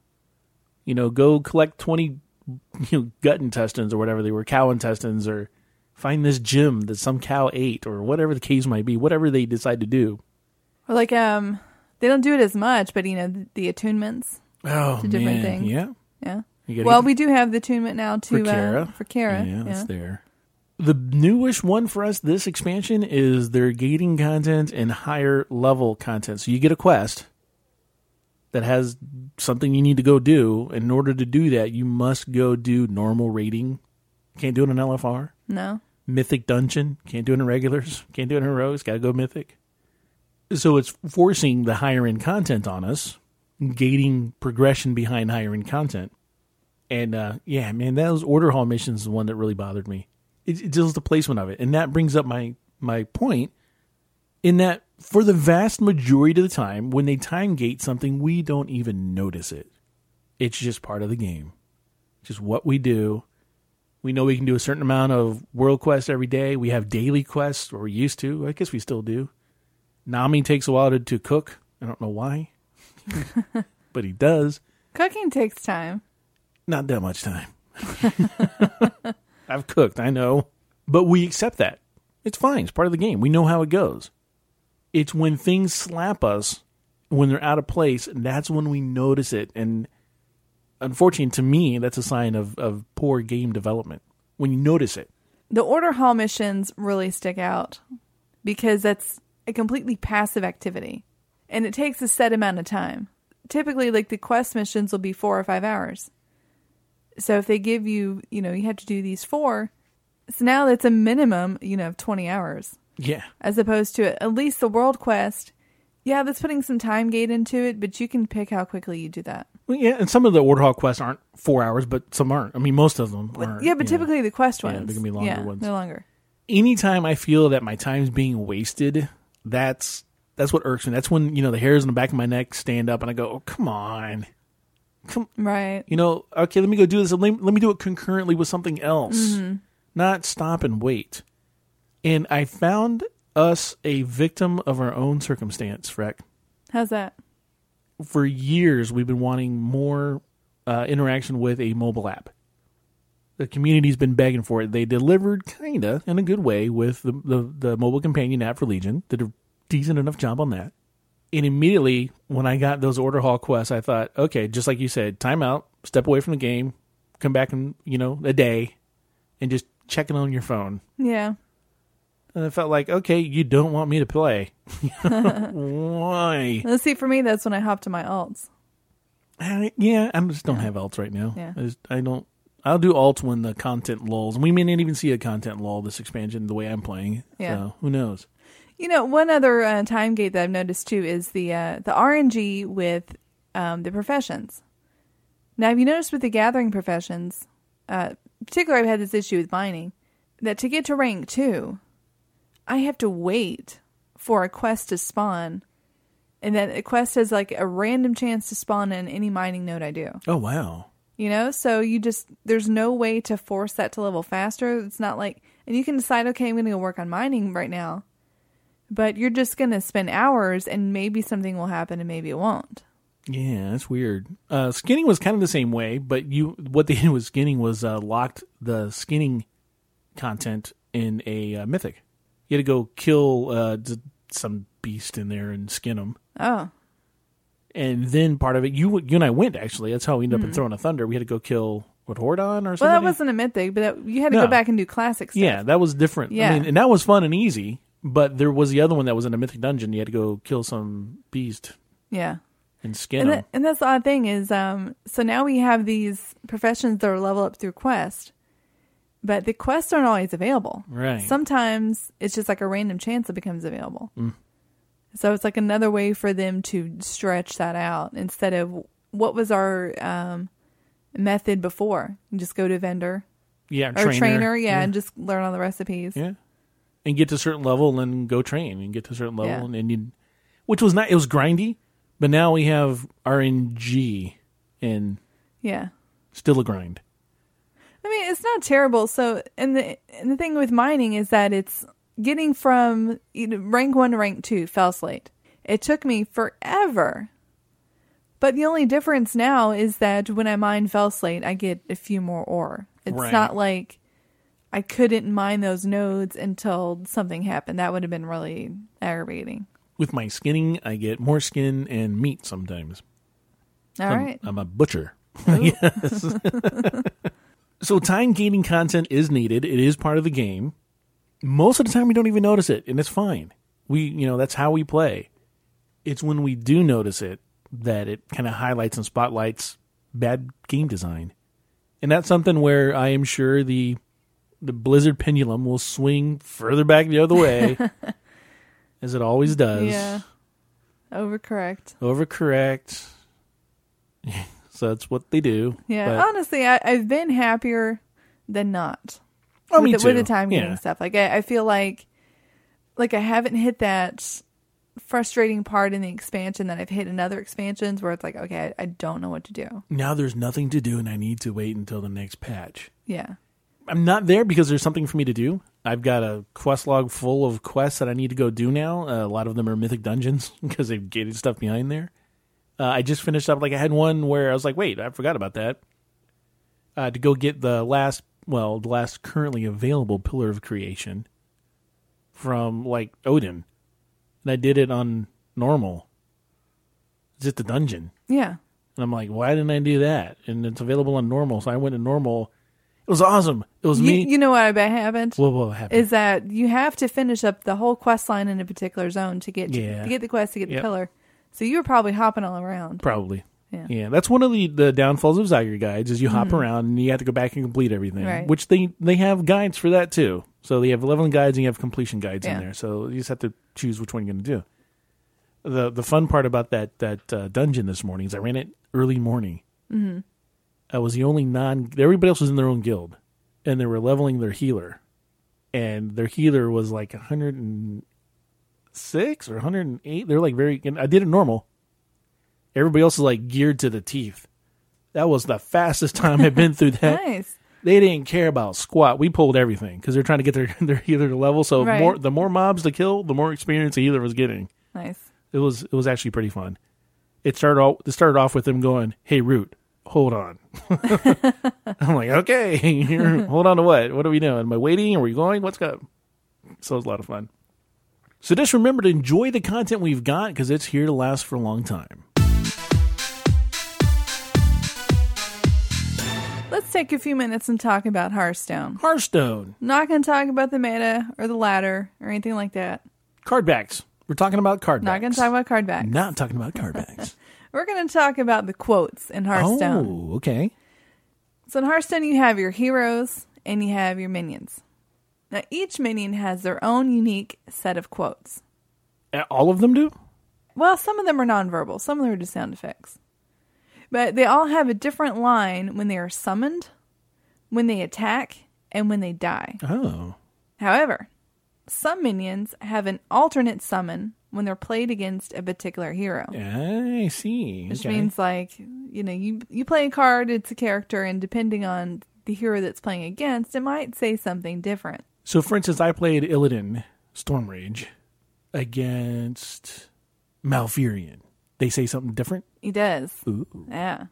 C: You know, go collect twenty, you know, gut intestines or whatever they were, cow intestines, or find this gem that some cow ate, or whatever the case might be. Whatever they decide to do.
A: Or like um, they don't do it as much, but you know the, the attunements.
C: Oh
A: a different
C: man,
A: thing.
C: yeah.
A: Yeah.
C: You gotta
A: Well,
C: get-
A: we do have the attunement now to
C: for Kara.
A: Uh, for Kara.
C: Yeah, that's
A: yeah.
C: there. The newish one for us this expansion is their gating content and higher level content. So you get a quest that has something you need to go do. In order to do that, you must go do normal raiding. Can't do it in LFR.
A: No.
C: Mythic dungeon. Can't do it in regulars. Can't do it in heroics. Got to go mythic. So it's forcing the higher end content on us, gating progression behind higher end content. And uh, yeah, man, those order hall missions is the one that really bothered me. It, it deals with the placement of it, and that brings up my my point in that for the vast majority of the time, when they time gate something, we don't even notice it. It's just part of the game, just what we do. We know we can do a certain amount of world quests every day. We have daily quests, or we used to. I guess we still do. Nami takes a while to, to cook. I don't know why, but he does.
A: Cooking takes time.
C: Not that much time. I've cooked, I know. But we accept that. It's fine. It's part of the game. We know how it goes. It's when things slap us, when they're out of place, that's when we notice it. And unfortunately, to me, that's a sign of, of poor game development when you notice it.
A: The order hall missions really stick out because that's a completely passive activity, and it takes a set amount of time. Typically, like the quest missions will be four or five hours. So if they give you, you know, you have to do these four. So now that's a minimum, you know, of twenty hours.
C: Yeah.
A: as opposed to at least the world quest. Yeah, that's putting some time gate into it, but you can pick how quickly you do that.
C: Well, yeah. And some of the Order Hall quests aren't four hours, but some aren't. I mean, most of them aren't.
A: yeah, but
C: you know.
A: typically the quest
C: Yeah,
A: ones.
C: they can be longer
A: yeah,
C: ones.
A: They're longer.
C: anytime I feel that my time's being wasted, that's that's what irks me. That's when you know the hairs on the back of my neck stand up, and I go, oh, "Come on,
A: Right.
C: you know, okay, let me go do this. Let me, let me do it concurrently with something else,
A: Mm-hmm.
C: not stop and wait." And I found us a victim of our own circumstance, Freck.
A: How's that?
C: For years, we've been wanting more uh, interaction with a mobile app. The community's been begging for it. They delivered, kinda, in a good way, with the the, the mobile companion app for Legion. Did a decent enough job on that. And immediately, when I got those order hall quests, I thought, okay, just like you said, time out, step away from the game, come back in, you know, a day, and just check it on your phone.
A: Yeah.
C: And I felt like, okay, you don't want me to play. Why?
A: Let's see. For me, that's when I hop to my alts.
C: I, yeah, I just don't have alts right now.
A: Yeah.
C: I, just, I don't. I'll do alts when the content lulls, and we may not even see a content lull this expansion the way I'm playing. it.
A: Yeah.
C: So who knows?
A: You know, one other uh, time gate that I've noticed too is the uh, the RNG with um, the professions. Now, have you noticed with the gathering professions, uh, particularly I've had this issue with mining, that to get to rank two, I have to wait for a quest to spawn, and that a quest has like a random chance to spawn in any mining node I do.
C: Oh wow.
A: You know, so you just there's no way to force that to level faster. It's not like and you can decide, okay, I'm gonna go work on mining right now. But you're just gonna spend hours and maybe something will happen and maybe it won't.
C: Yeah, that's weird. Uh, skinning was kind of the same way, but you what they did with skinning was uh, locked the skinning content in a uh, mythic. You had to go kill uh, d- some beast in there and skin him.
A: Oh.
C: And then part of it, you you and I went actually. That's how we ended up in Throwing a Thunder. We had to go kill what Hordon or something.
A: Mm-hmm. Well that wasn't a mythic, but that, you had to
C: No.
A: go back and do classic stuff.
C: Yeah, that was different. I
A: Yeah.
C: mean, and that was fun and easy. But there was the other one that was in a mythic dungeon. You had to go kill some beast
A: Yeah.
C: and skin
A: And,
C: him.
A: that, and that's the odd thing is um so now we have these professions that are level up through quest, but the quests aren't always available.
C: Right.
A: Sometimes it's just like a random chance that becomes available. So it's like another way for them to stretch that out instead of what was our um, method before? You just go to vendor,
C: yeah,
A: or trainer,
C: trainer.
A: yeah, and just learn all the recipes.
C: Yeah. And get to a certain level and go train and get to a certain level
A: Yeah.
C: and, and you, which was not it was grindy, but now we have RNG and
A: yeah.
C: still a grind.
A: I mean, it's not terrible. So, and the and the thing with mining is that it's getting from you know, rank one to rank two fell slate. It took me forever. But the only difference now is that when I mine fell slate, I get a few more ore. It's
C: Right.
A: not like I couldn't mine those nodes until something happened. That would have been really aggravating.
C: With my skinning, I get more skin and meat sometimes.
A: All
C: I'm,
A: right.
C: I'm a butcher. yes. so time gating content is needed. It is part of the game. Most of the time we don't even notice it, and it's fine. We you know, that's how we play. It's when we do notice it that it kind of highlights and spotlights bad game design. And that's something where I am sure the the Blizzard pendulum will swing further back the other way as it always does
A: yeah. Overcorrect.
C: overcorrect. so that's what they do.
A: Yeah.
C: But-
A: Honestly, I, I've been happier than not.
C: Oh,
A: with,
C: me
A: the, with the
C: too.
A: time
C: Yeah.
A: getting stuff. Like I, I feel like like I haven't hit that frustrating part in the expansion that I've hit in other expansions where it's like, okay, I, I don't know what to do.
C: Now there's nothing to do, and I need to wait until the next patch.
A: Yeah.
C: I'm not there because there's something for me to do. I've got a quest log full of quests that I need to go do now. Uh, a lot of them are mythic dungeons because they've gated stuff behind there. Uh, I just finished up like I had one where I was like, wait, I forgot about that. Uh, to go get the last, well, the last currently available pillar of creation from like Odin, and I did it on normal. It's just the dungeon.
A: Yeah.
C: And I'm like, why didn't I do that? And it's available on normal, so I went to normal. It was awesome. It was
A: You,
C: me.
A: you know what I bet happened?
C: Whoa, whoa, happened?
A: is that you have to finish up the whole quest line in a particular zone to get to,
C: Yeah.
A: to get the quest to get the
C: Yep.
A: pillar. So you were probably hopping all around.
C: Probably.
A: Yeah. Mm-hmm.
C: that's one of the, the downfalls of Zyger guides is you hop around and you have to go back and complete everything,
A: Right.
C: which they they have guides for that too. So they have leveling guides and you have completion guides in
A: Yeah.
C: there. So you just have to choose which one you're going to do. The the fun part about that that uh, dungeon this morning is I ran it early morning. Mm-hmm. I was the only non. Everybody else was in their own guild, and they were leveling their healer, and their healer was like 106 or 108. They're like very. And I did it normal. Everybody else is like geared to the teeth. That was the fastest time I've been through that.
A: Nice.
C: They didn't care about squat. We pulled everything because they're trying to get their their healer to level. So
A: Right.
C: more the more mobs to kill, the more experience the healer was getting.
A: Nice.
C: It was it was actually pretty fun. It started off it started off with them going, "Hey Root, hold on." I'm like, "Okay, you're- hold on to what? What are we doing? Am I waiting? Are we going? What's up?" So it was a lot of fun. So just remember to enjoy the content we've got because it's here to last for a long time.
A: Let's take a few minutes and talk about Hearthstone.
C: Hearthstone.
A: Not going to talk about the meta or the ladder or anything like that.
C: Card backs. We're talking about card
A: Not going
C: backs.
A: to talk about card backs.
C: Not talking about card backs.
A: We're going to talk about the quotes in Hearthstone.
C: oh, okay.
A: So in Hearthstone, you have your heroes and you have your minions. Now, each minion has their own unique set of quotes.
C: Uh, All of them do?
A: Well, some of them are nonverbal, some of them are just sound effects. But they all have a different line when they are summoned, when they attack, and when they die.
C: Oh.
A: However, some minions have an alternate summon when they're played against a particular hero.
C: I see.
A: which
C: okay.
A: means like you know you you play a card it's a character and depending on the hero that's playing against it might say something different
C: So, for instance, I played Illidan Storm Rage against Malfurion. They say something different
A: he does
C: Ooh.
A: yeah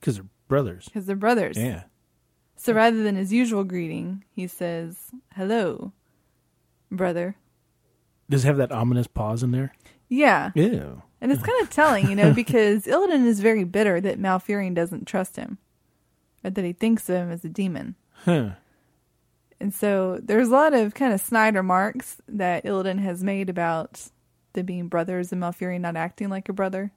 C: because they're brothers.
A: because they're brothers
C: Yeah.
A: so rather than his usual greeting he says hello brother
C: Does it have that ominous pause in there?
A: yeah
C: Yeah.
A: and it's kind of telling you know because illidan is very bitter that malfurion doesn't trust him or that he thinks of him as a demon
C: Huh.
A: And so there's a lot of kind of snide remarks that Illidan has made about them being brothers and Malfurion not acting like a brother,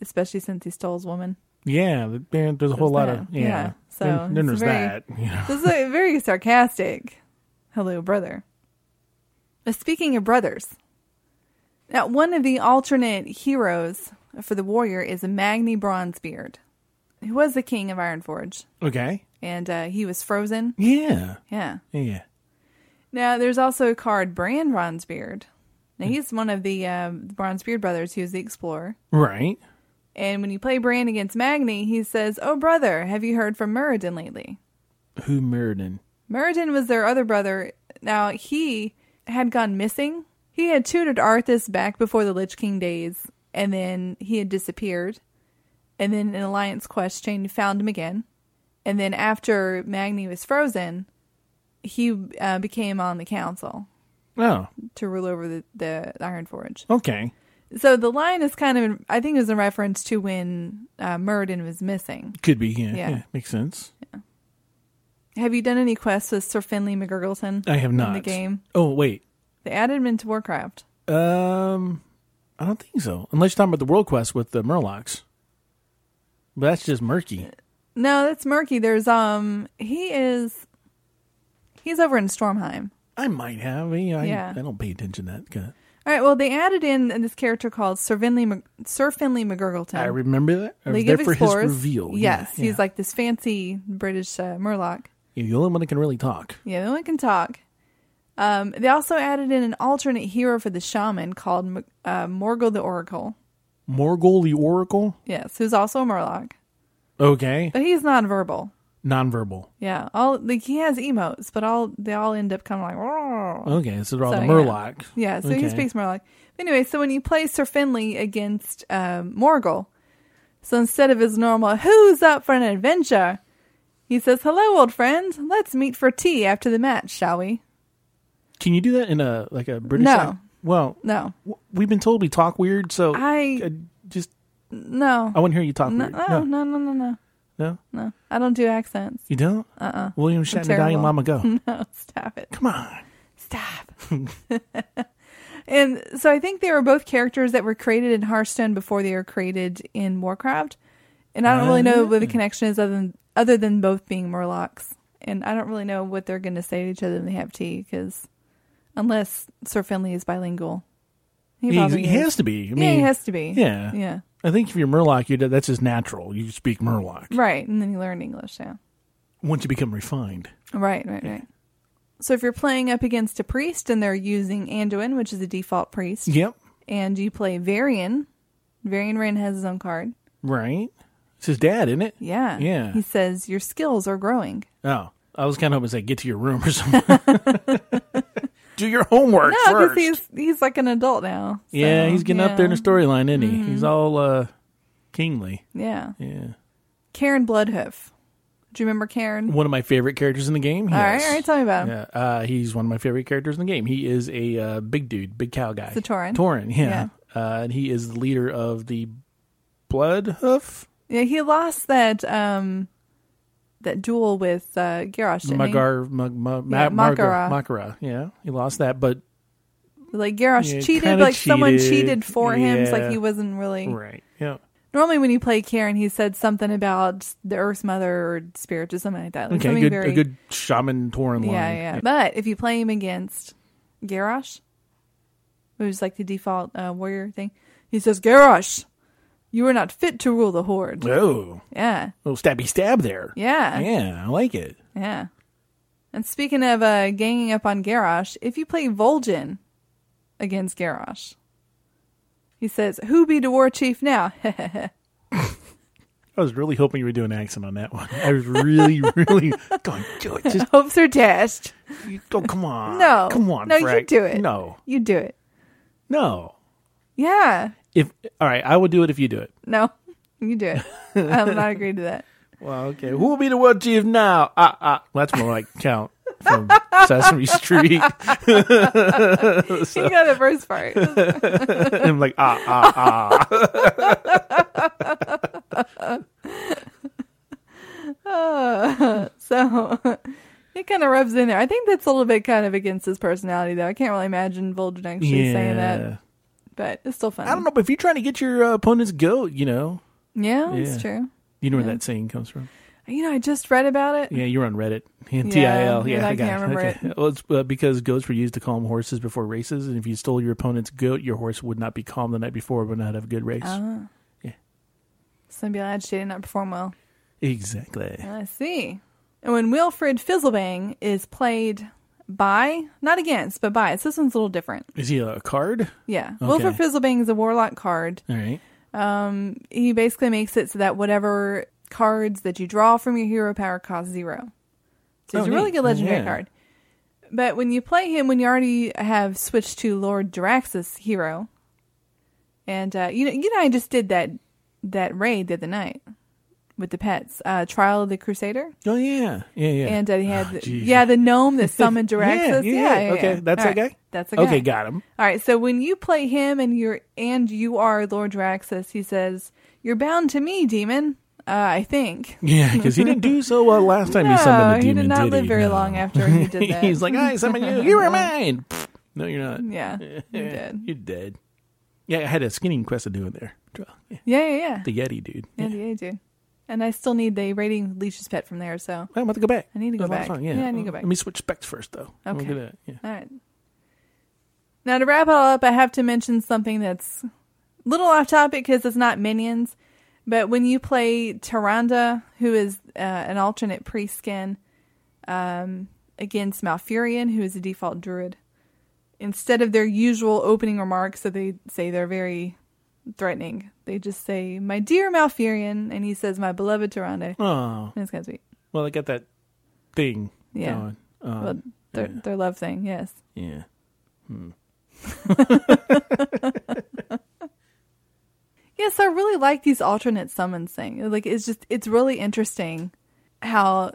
A: especially since he stole his woman.
C: Yeah. th- there- There's a whole lot of.
A: that.
C: Yeah.
A: Yeah, so
C: then, then
A: it's
C: there's
A: very-
C: that. You know.
A: This is a very sarcastic hello, brother. But speaking of brothers, now one of the alternate heroes for the warrior is Magni Bronzebeard, who was the king of Ironforge.
C: Okay.
A: and uh, he was frozen.
C: Yeah.
A: Yeah.
C: Yeah.
A: Now, there's also a card, Bran Bronzebeard. Now, he's one of the uh, Bronzebeard brothers who's the explorer.
C: Right.
A: And when you play Bran against Magni, he says, Oh, brother, have you heard from Muradin lately?
C: Who Meriden?
A: Muradin was their other brother. Now, he had gone missing. He had tutored Arthas back before the Lich King days, and then he had disappeared. And then an Alliance quest chain found him again. And then after Magni was frozen, he uh, became on the council
C: Oh,
A: to rule over the, the Iron Forge.
C: okay.
A: So the line is kind of, I think it was a reference to when uh, Muradin was missing.
C: Could be. Yeah.
A: Yeah.
C: yeah. Makes sense.
A: Have you done any quests with Sir Finley McGurgleton?
C: I have not.
A: In the game.
C: Oh, wait.
A: They added him into Warcraft.
C: Um, I don't think so. Unless you're talking about the world quest with the Murlocs. But that's just murky.
A: No, that's murky. There's, um, he is, he's over in Stormheim.
C: I might have. Yeah, I,
A: Yeah.
C: I don't pay attention to that. kind of-
A: All right, well, they added in this character called Sir Finley, Mc- Sir Finley McGurgleton.
C: I remember that. I was
A: League
C: there
A: of
C: for
A: Explorers.
C: his reveal. Yeah,
A: Yes,
C: yeah.
A: he's like this fancy British uh, Murloc.
C: You're the only one that can really talk.
A: Yeah, no one can talk. Um, they also added in an alternate hero for the shaman called M- uh, Morgul the Oracle.
C: Morgul the Oracle.
A: Yes, who's also a Murloc,
C: Okay.
A: but he's nonverbal.
C: Nonverbal.
A: Yeah, all like he has emotes, but all they all end up kind of like. "Roar."
C: Okay, so they're all
A: So,
C: Oh, the
A: yeah.
C: Murlocs.
A: Yeah, so he
C: Okay.
A: speaks Murloc. Anyway, so when you play Sir Finley against um, Morgul, so instead of his normal "Who's up for an adventure," he says, "Hello, old friend. Let's meet for tea after the match, shall we?"
C: Can you do that in a like a British?
A: No.
C: ac- Well,
A: No,
C: w- we've been told we talk weird, so
A: I-
C: just
A: no,
C: I want to hear you talk
A: no,
C: weird.
A: no, no, no, no, no.
C: no,
A: No, I don't do accents.
C: you don't. Uh uh William Shatner
A: Uh-uh. terrible.
C: dying Mama Go.
A: No, stop it.
C: Come on.
A: Stop. and so I think they were both characters that were created in Hearthstone before they were created in Warcraft. And I don't really know
C: Ah.
A: what the connection is other than, other than both being Murlocs. And I don't really know what they're going to say to each other when they have tea, because unless Sir Finley is bilingual, he
C: He,
A: probably
C: he
A: is.
C: has to be. I mean,
A: yeah, he has to be.
C: yeah.
A: yeah,
C: I think if you're Murloc, you that's just natural. You speak Murloc
A: right. And then he learned English. Yeah.
C: once you become refined.
A: Right, right, right. So if you're playing up against a priest and they're using Anduin, which is the default priest,
C: Yep.
A: and you play Varian, Varian Wren has his own card.
C: Right. It's his dad, isn't it?
A: Yeah.
C: Yeah.
A: He says your skills are growing.
C: Oh, I was kind of hoping to say, get to your room or something. Do your homework
A: No, because
C: first.
A: he's he's like an adult now. so,
C: yeah, he's getting up there in the
A: yeah. Mm-hmm.
C: storyline, isn't he? He's all uh, kingly.
A: Yeah.
C: Yeah.
A: Karen Bloodhoof. Do you remember Karen?
C: One of my favorite characters in the game.
A: All right,
C: yes.
A: all right, tell me about him.
C: Yeah, uh, he's one of my favorite characters in the game. He is a uh, big dude, big cow guy.
A: It's a Tauren.
C: Tauren, yeah. Uh, and he is the leader of the Blood Hoof?
A: Yeah, he lost that um that duel with uh Garrosh, didn't he?
C: Magar, Ma, Ma,
A: Yeah,
C: Ma-
A: Makara.
C: Margar- Makara, yeah. He lost that, but
A: Like Garrosh
C: Yeah,
A: cheated,
C: kinda
A: like someone
C: cheated.
A: cheated for him. It's like
C: Yeah.
A: he wasn't really
C: right, yeah.
A: Normally, when you play Karen, he said something about the Earth Mother or spirit or something like that. Like
C: Okay,
A: something
C: good,
A: very,
C: a good shaman Tauren line.
A: yeah, yeah, But if you play him against Garrosh, who's like the default uh, warrior thing, he says, "Garrosh, you are not fit to rule the horde."
C: Oh,
A: Yeah,
C: little stabby stab there.
A: yeah, yeah.
C: Yeah, I like it.
A: And speaking of uh, ganging up on Garrosh, if you play Vol'jin against Garrosh, he says, "Who be the war chief now?"
C: I was really hoping you would do an accent on that one. I was really, really going, do it. Just,
A: Hopes are dashed.
C: you, oh, come on.
A: No.
C: Come on,
A: No,
C: Frank.
A: you do it.
C: No,
A: You do it.
C: no.
A: Yeah.
C: If all right, I will do it if you do it.
A: No, you do it. I'm not agreeing to that.
C: Well, okay. Who will be the world chief now? Ah, ah. Well, that's more like Count from Sesame Street.
A: You got the first part.
C: I'm like ah, ah, ah.
A: So it kind of rubs in there. I think that's a little bit kind of against his personality, though. I can't really imagine Vol'jin actually saying that, but it's still fun.
C: I don't know, but if you're trying to get your uh, opponent's goat, you know,
A: Yeah,
C: Yeah.
A: it's true.
C: you know where that saying comes from.
A: You know, I just read about it.
C: Yeah, you're on Reddit. Yeah, TIL.
A: yeah,
C: Yeah,
A: I
C: got
A: can't
C: it.
A: remember
C: okay. Well, it's uh, because goats were used to calm horses before races, and if you stole your opponent's goat, your horse would not be calm the night before, would not have a good race.
A: Ah. Some people had she did not perform well.
C: Exactly.
A: I see. And when Wilfred Fizzlebang is played by, not against, but by, it's this one's a little different.
C: Is he a card?
A: Yeah.
C: Okay.
A: Wilfred Fizzlebang is a warlock card.
C: All right.
A: He basically makes it so that whatever cards that you draw from your hero power cost zero. So he's
C: Oh,
A: a really
C: neat.
A: good legendary
C: Yeah.
A: card. But when you play him, when you already have switched to Lord Draxus hero, and uh, you know, you know, I just did that that raid the other night with the pets, uh, Trial of the Crusader.
C: Oh yeah, yeah, yeah.
A: And uh, he had, the-
C: geez.
A: yeah, the gnome that summoned
C: yeah, yeah,
A: Diraxis.
C: yeah. Okay, that's
A: All
C: a
A: right.
C: guy?
A: That's a guy.
C: okay. Got him.
A: All right. So when you play him and you're and you are Lord Diraxis, he says, "You're bound to me, demon." Uh, I think.
C: Yeah, because he didn't do so well last time he summoned
A: No,
C: a
A: he
C: demon.
A: did not live
C: he?
A: very
C: No.
A: long after he did that.
C: He's like, I summon you. You are mine. No, you're not.
A: yeah, he did.
C: You're dead. Yeah, I had a skinning quest to do in there. Yeah,
A: Yeah, yeah, yeah.
C: The Yeti dude.
A: yeah, yeah, you do. And I still need the rating leash's pet from there. So
C: I'm about to go back.
A: I need to
C: That
A: go
C: was a lot
A: back.
C: of fun,
A: Yeah, I need to go back.
C: Let me switch specs first, though. I'm
A: Okay.
C: gonna do that, yeah.
A: All right. Now to wrap it all up, I have to mention something that's a little off topic because it's not minions, but when you play Taranda, who is uh, an alternate priest skin, um, against Malfurion, who is a default druid, instead of their usual opening remarks that they say they're very threatening, they just say, "My dear Malfurion," and he says, "My beloved Taranda."
C: Oh,
A: And it's kind of sweet.
C: well, I got that thing
A: Yeah.
C: going. Uh,
A: well, their, their love thing, yes.
C: yeah.
A: Yes, I really like these alternate summons thing. Like it's just it's really interesting how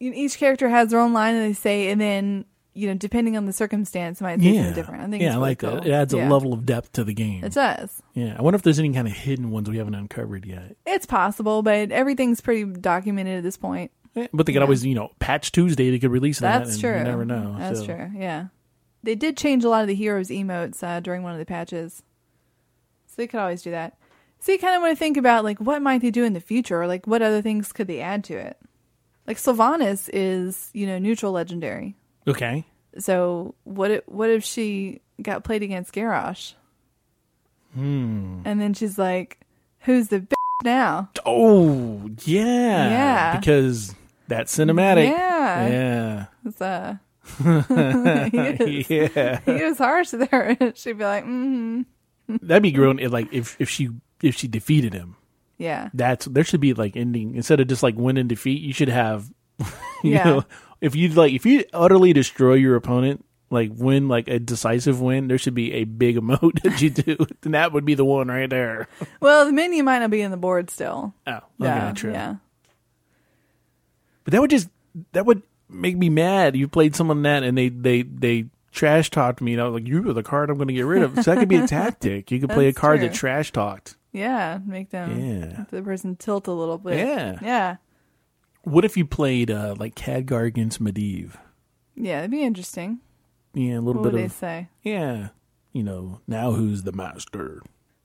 A: you know, each character has their own line that they say, and then you know depending on the circumstance, might say
C: Yeah.
A: something different. I think
C: yeah,
A: it's
C: I
A: really
C: like
A: cool.
C: that. It adds
A: Yeah.
C: a level of depth to the game.
A: It does.
C: yeah. I wonder if there's any kind of hidden ones we haven't uncovered yet.
A: It's possible, but everything's pretty documented at this point.
C: Eh, But they could always, you know, patch Tuesday. They could release that.
A: That's
C: and
A: true.
C: You never know.
A: That's
C: so.
A: true. Yeah, they did change a lot of the heroes' emotes uh, during one of the patches, so they could always do that. So you kind of want to think about like what might they do in the future, or like what other things could they add to it. Like Sylvanas is you know neutral legendary,
C: Okay.
A: so what if, what if she got played against Garrosh? Hmm. And then she's like, "Who's the b- now?"
C: Oh, yeah.
A: Yeah.
C: Because that cinematic.
A: Yeah.
C: Yeah.
A: It's uh, he, is,
C: yeah.
A: he was harsh there. She'd be like, "Hmm,
C: That'd be grown if, like if if she if she defeated him.
A: yeah."
C: That's there should be like ending instead of just like win and defeat, you should have you
A: Yeah.
C: know if you like if you utterly destroy your opponent, like win like a decisive win, there should be a big emote that you do. and that would be the one right there.
A: Well, the menu might not be in the board still.
C: Oh, okay,
A: Yeah,
C: true.
A: yeah.
C: But that would just that would make me mad. You played someone that and they they they trash talked me and I was like, You are the card I'm gonna get rid of. So that could be a tactic. You could play a
A: That's
C: card
A: true.
C: that trash talked.
A: Yeah, make them
C: Yeah.
A: make the person tilt a little bit.
C: Yeah.
A: yeah,
C: What if you played uh like Cadgar against Medivh?
A: yeah. That'd be interesting.
C: Yeah, a little
A: What would
C: bit
A: they
C: of
A: say?
C: yeah. You know, now who's the master?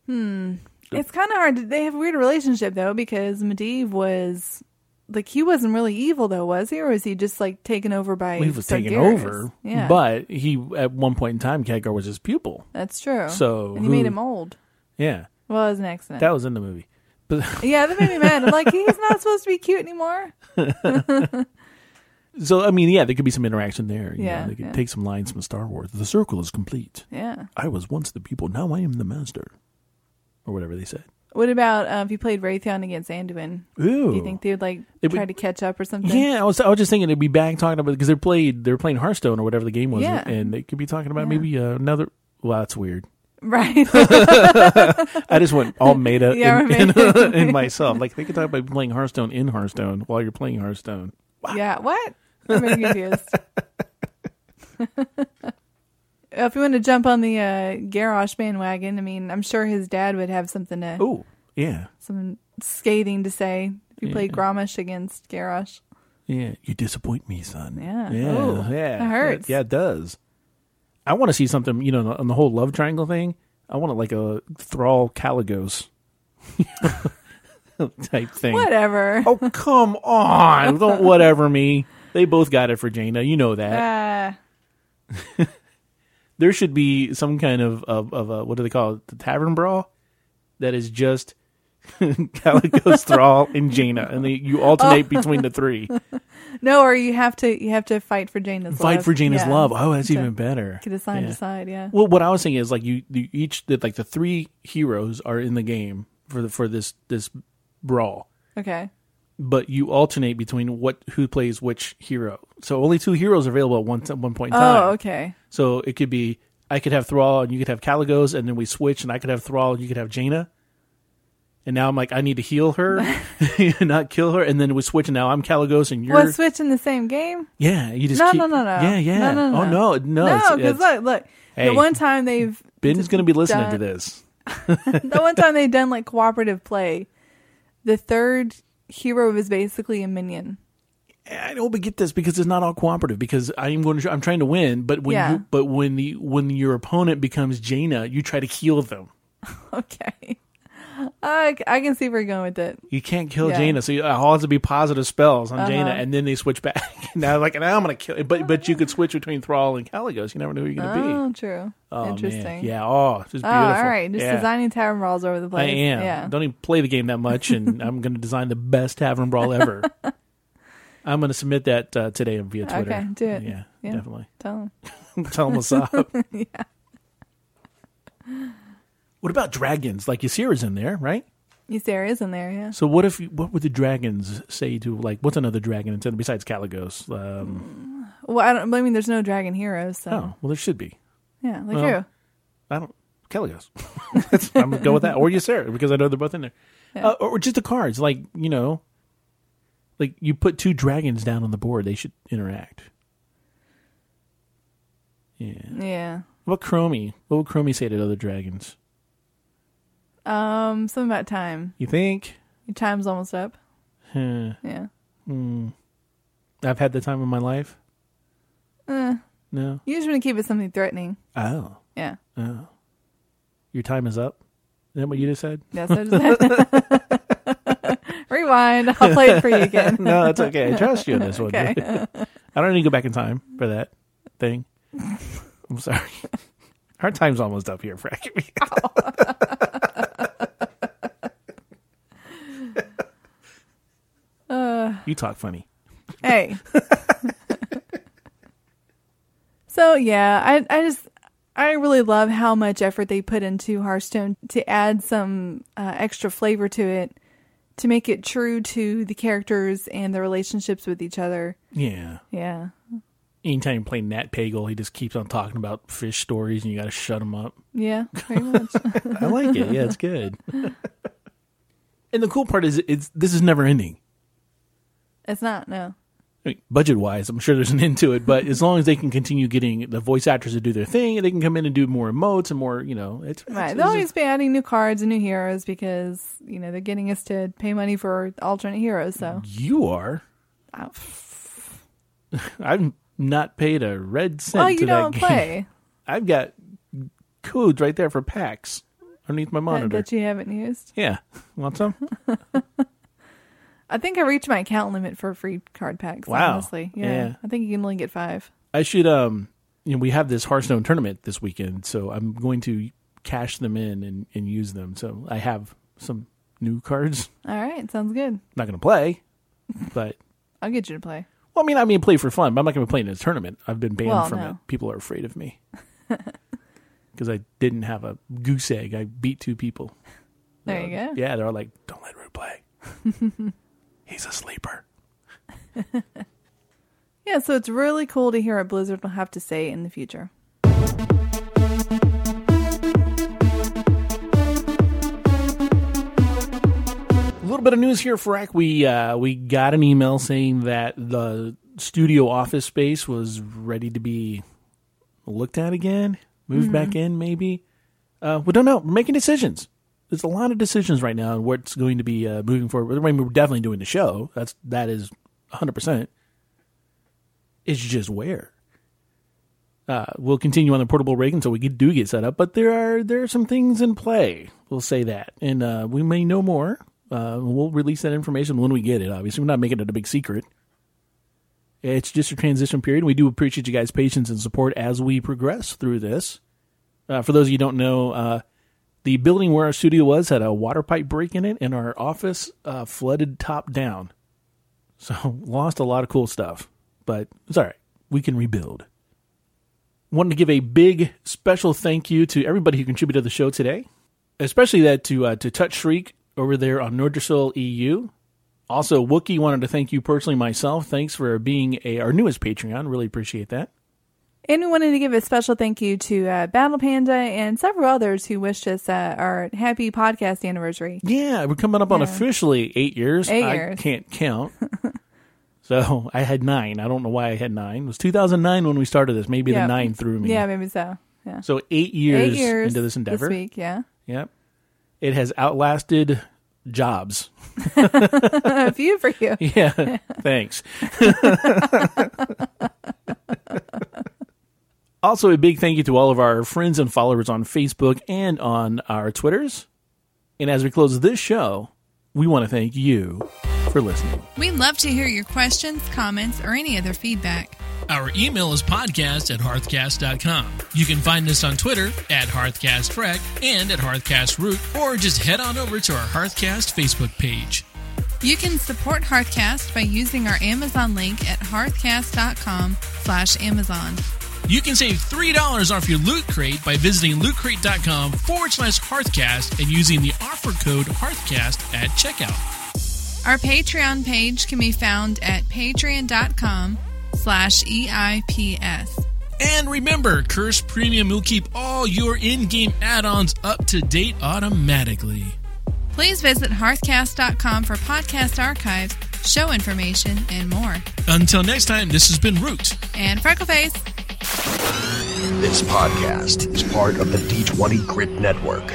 A: It's kind of hard. To, they have a weird relationship though because Medivh was like he wasn't really evil though, was he? Or was he just like taken over by?
C: He was taken
A: Sargeras?
C: over,
A: Yeah,
C: but he at one point in time, Khadgar was his pupil.
A: that's true.
C: So
A: and he made
C: who-
A: him old.
C: Yeah,
A: Well, it was an accident.
C: that was in the movie. But
A: yeah, that made me mad. I'm like, he's not supposed to be cute anymore.
C: so I mean, yeah, there could be some interaction there. you know,
A: Yeah,
C: they could
A: yeah.
C: take some lines from Star Wars. The circle is complete.
A: Yeah.
C: I was once the pupil, now I am the master, or whatever they said.
A: What about uh, if you played Raytheon against Anduin?
C: Ooh,
A: Do you think they would like
C: It would-
A: try to catch up or something?
C: Yeah, I was, I was just thinking it'd be back talking about because they played they were playing Hearthstone or whatever the game was,
A: Yeah.
C: and they could be talking about maybe uh, another. Well, that's weird.
A: Right.
C: I just went all meta
A: Yeah,
C: in,
A: we're
C: in,
A: meta.
C: in myself. Like they could talk about playing Hearthstone in Hearthstone while you're playing Hearthstone.
A: yeah. What? I'm very confused. if you want to jump on the uh, Garrosh bandwagon, I mean, I'm sure his dad would have something to,
C: Oh, yeah,
A: something scathing to say if you played Gromish against Garrosh.
C: yeah. You disappoint me, son.
A: Yeah.
C: yeah,
A: Ooh,
C: yeah.
A: that hurts.
C: Yeah, it does. I want to see something. You know, on the whole love triangle thing. I want like a Thrall Caligos type thing.
A: Whatever.
C: Oh, come on! Don't whatever me. They both got it for Jaina. You know that.
A: Uh,
C: there should be some kind of of, of a, what do they call it the tavern brawl that is just Calico, Thrall, and Jaina, and they, you alternate
A: Oh.
C: between the three.
A: No, or you have to you have to fight for Jaina's love.
C: Fight for Jaina's
A: Yeah.
C: love. Oh, that's
A: To-
C: even better.
A: To decide,
C: Yeah.
A: decide, yeah.
C: Well, what I was saying is like you, you each that like the three heroes are in the game for the, for this this brawl,
A: Okay.
C: but you alternate between what who plays which hero. So only two heroes are available at one t- one point in time.
A: Oh, okay.
C: So it could be I could have Thrall and you could have Caligos, and then we switch, and I could have Thrall and you could have Jaina. And now I'm like, I need to heal her, not kill her, and then we switch, and now I'm Caligos and you're
A: Well, switch in the same game?
C: yeah. You just
A: No,
C: keep,
A: no, no, no.
C: yeah, yeah.
A: No, no, no.
C: Oh no,
A: No,
C: no, it's-
A: because
C: it's-
A: look, look.
C: Hey.
A: the one time they've
C: Ben's going to be listening to
A: done-
C: this.
A: the one time they've done like cooperative play, the third hero is basically a minion.
C: I don't but get this because it's not all cooperative. Because I am going to, I'm trying to win, but when
A: Yeah.
C: you, but when the when your opponent becomes Jaina, you try to heal them.
A: Okay. I, I can see where you're going with it.
C: You can't kill
A: Yeah. Uh-huh.
C: Jaina, so you- it all has to be positive spells on Jaina, and then they switch back. now, like now I'm going to kill, but but you could switch between Thrall and Caligos. You never know who you're going to be.
A: Oh, true.
C: Oh, man.
A: Interesting.
C: Yeah. Oh, it's just
A: Oh,
C: beautiful.
A: all right. Just
C: Yeah.
A: designing tavern brawls over the
C: I
A: place.
C: am.
A: Yeah.
C: Don't even play the game that much, and I'm going to design the best tavern brawl ever. I'm going to submit that uh, today via Twitter.
A: Okay, do it.
C: Yeah,
A: Yeah.
C: definitely.
A: Tell 'em.
C: Tell them what's up. What about dragons? Like Ysira's in there, right?
A: Yes, there is in there. Yeah.
C: So what if what would the dragons say to like what's another dragon instead besides Caligos? Um,
A: Well, I don't. I mean, there's no dragon heroes. So
C: Oh, well there should be.
A: yeah, like
C: well,
A: who?
C: I don't Caligos. That's, I'm gonna go with that, or Ysira because I know they're both in there, uh, or, or just the cards. Like you know, like you put two dragons down on the board, they should interact. Yeah.
A: Yeah.
C: What Chromie? What would Chromie say to other dragons?
A: Um, something about time.
C: You think?
A: Your time's almost up.
C: Huh.
A: Yeah.
C: Mm. I've had the time of my life. No.
A: Uh, You just want to keep it something threatening.
C: Oh,
A: Yeah.
C: your time is up. Is that what you just said?
A: That's what I just- Rewind. I'll play it for you again.
C: No, that's okay. I trust you on this one.
A: Okay.
C: I don't need to go back in time for that thing. I'm sorry. Our time's almost up here, Frank. you talk funny.
A: hey. so yeah, I I just I really love how much effort they put into Hearthstone to add some uh, extra flavor to it, to make it true to the characters and their relationships with each other.
C: Yeah.
A: Yeah,
C: Anytime you play Nat Pagel, he just keeps on talking about fish stories and you got to shut him up.
A: yeah, very much.
C: I like it. Yeah, it's good. and the cool part is, it's this is never ending.
A: it's not no.
C: I mean, budget wise, I'm sure there's an end to it, but as long as they can continue getting the voice actors to do their thing, and they can come in and do more emotes and more, you know, it's, it's-
A: Right,
C: it's
A: they'll
C: just-
A: always be adding new cards and new heroes because you know they're getting us to pay money for alternate heroes. So
C: you are.
A: Ow.
C: I've not paid a red cent.
A: oh, you
C: to that
A: don't
C: game.
A: play
C: I've got codes right there for packs underneath my
A: that,
C: monitor.
A: that you haven't used.
C: yeah, want some?
A: I think I reached my account limit for free card packs.
C: Wow.
A: Honestly, yeah.
C: Yeah.
A: I think you can only get five.
C: I should. Um, you know, we have this Hearthstone tournament this weekend, so I'm going to cash them in and, and use them. So I have some new cards.
A: All right, sounds good.
C: not going to play, but
A: I'll get you to play.
C: Well, I mean, I mean, play for fun, but I'm not going to play in a tournament. I've been banned
A: Well,
C: from
A: no.
C: it. People are afraid of me because I didn't have a goose egg. I beat two people.
A: There you go.
C: Yeah, they're all like, "Don't let Rue play. He's a sleeper."
A: Yeah, so it's really cool to hear what Blizzard will have to say in the future.
C: A little bit of news here, Frack. We uh, we got an email saying that the studio office space was ready to be looked at again, moved back in, maybe. Uh, we don't know. We're making decisions. There's a lot of decisions right now on what's going to be uh, moving forward. I mean, we're definitely doing the show. That's that is 100. percent It's just where. Uh, we'll continue on the portable rig until we get, do get set up, but there are there are some things in play. We'll say that, and uh, we may know more. Uh, we'll release that information when we get it. Obviously, we're not making it a big secret. It's just a transition period. We do appreciate you guys' patience and support as we progress through this. Uh, for those of you who don't know, uh, The building where our studio was had a water pipe break in it, and our office uh, flooded top down. So lost a lot of cool stuff, but it's all right. We can rebuild. Wanted to give a big special thank you to everybody who contributed to the show today, especially that to uh, to Touch Shriek over there on Nordrasil EU. Also, Wookie wanted to thank you personally myself. Thanks for being a, our newest Patreon. Really appreciate that.
A: And we wanted to give a special thank you to uh, Battle Panda and several others who wished us uh, our happy podcast anniversary.
C: Yeah, we're coming up on officially eight years.
A: Eight
C: I
A: years.
C: can't count. so I had nine. I don't know why I had nine. It was 2009 when we started this. Maybe the
A: Yep.
C: nine threw me.
A: Yeah, maybe so. Yeah.
C: So eight years,
A: Eight years
C: into this endeavor.
A: week, yeah.
C: Yep. It has outlasted jobs.
A: A few for you.
C: Yeah. Thanks. also, a big thank you to all of our friends and followers on Facebook and on our Twitters. And as we close this show, we want to thank you for listening.
A: We'd love to hear your questions, comments, or any other feedback.
D: Our email is podcast at hearthcast.com. You can find us on Twitter at hearthcastrec and at hearthcastroot, or just head on over to our Hearthcast Facebook page.
A: You can support Hearthcast by using our Amazon link at hearthcast.com slash Amazon.
D: You can save $3 off your Loot Crate by visiting lootcrate.com forward slash hearthcast and using the offer code hearthcast at checkout.
A: Our Patreon page can be found at patreon.com slash E EIPS.
D: And remember, Curse Premium will keep all your in game add ons up to date automatically.
A: Please visit hearthcast.com for podcast archives, show information, and more.
D: Until next time, this has been Root.
A: And Freckleface,
B: This podcast is part of the D20 Grit Network.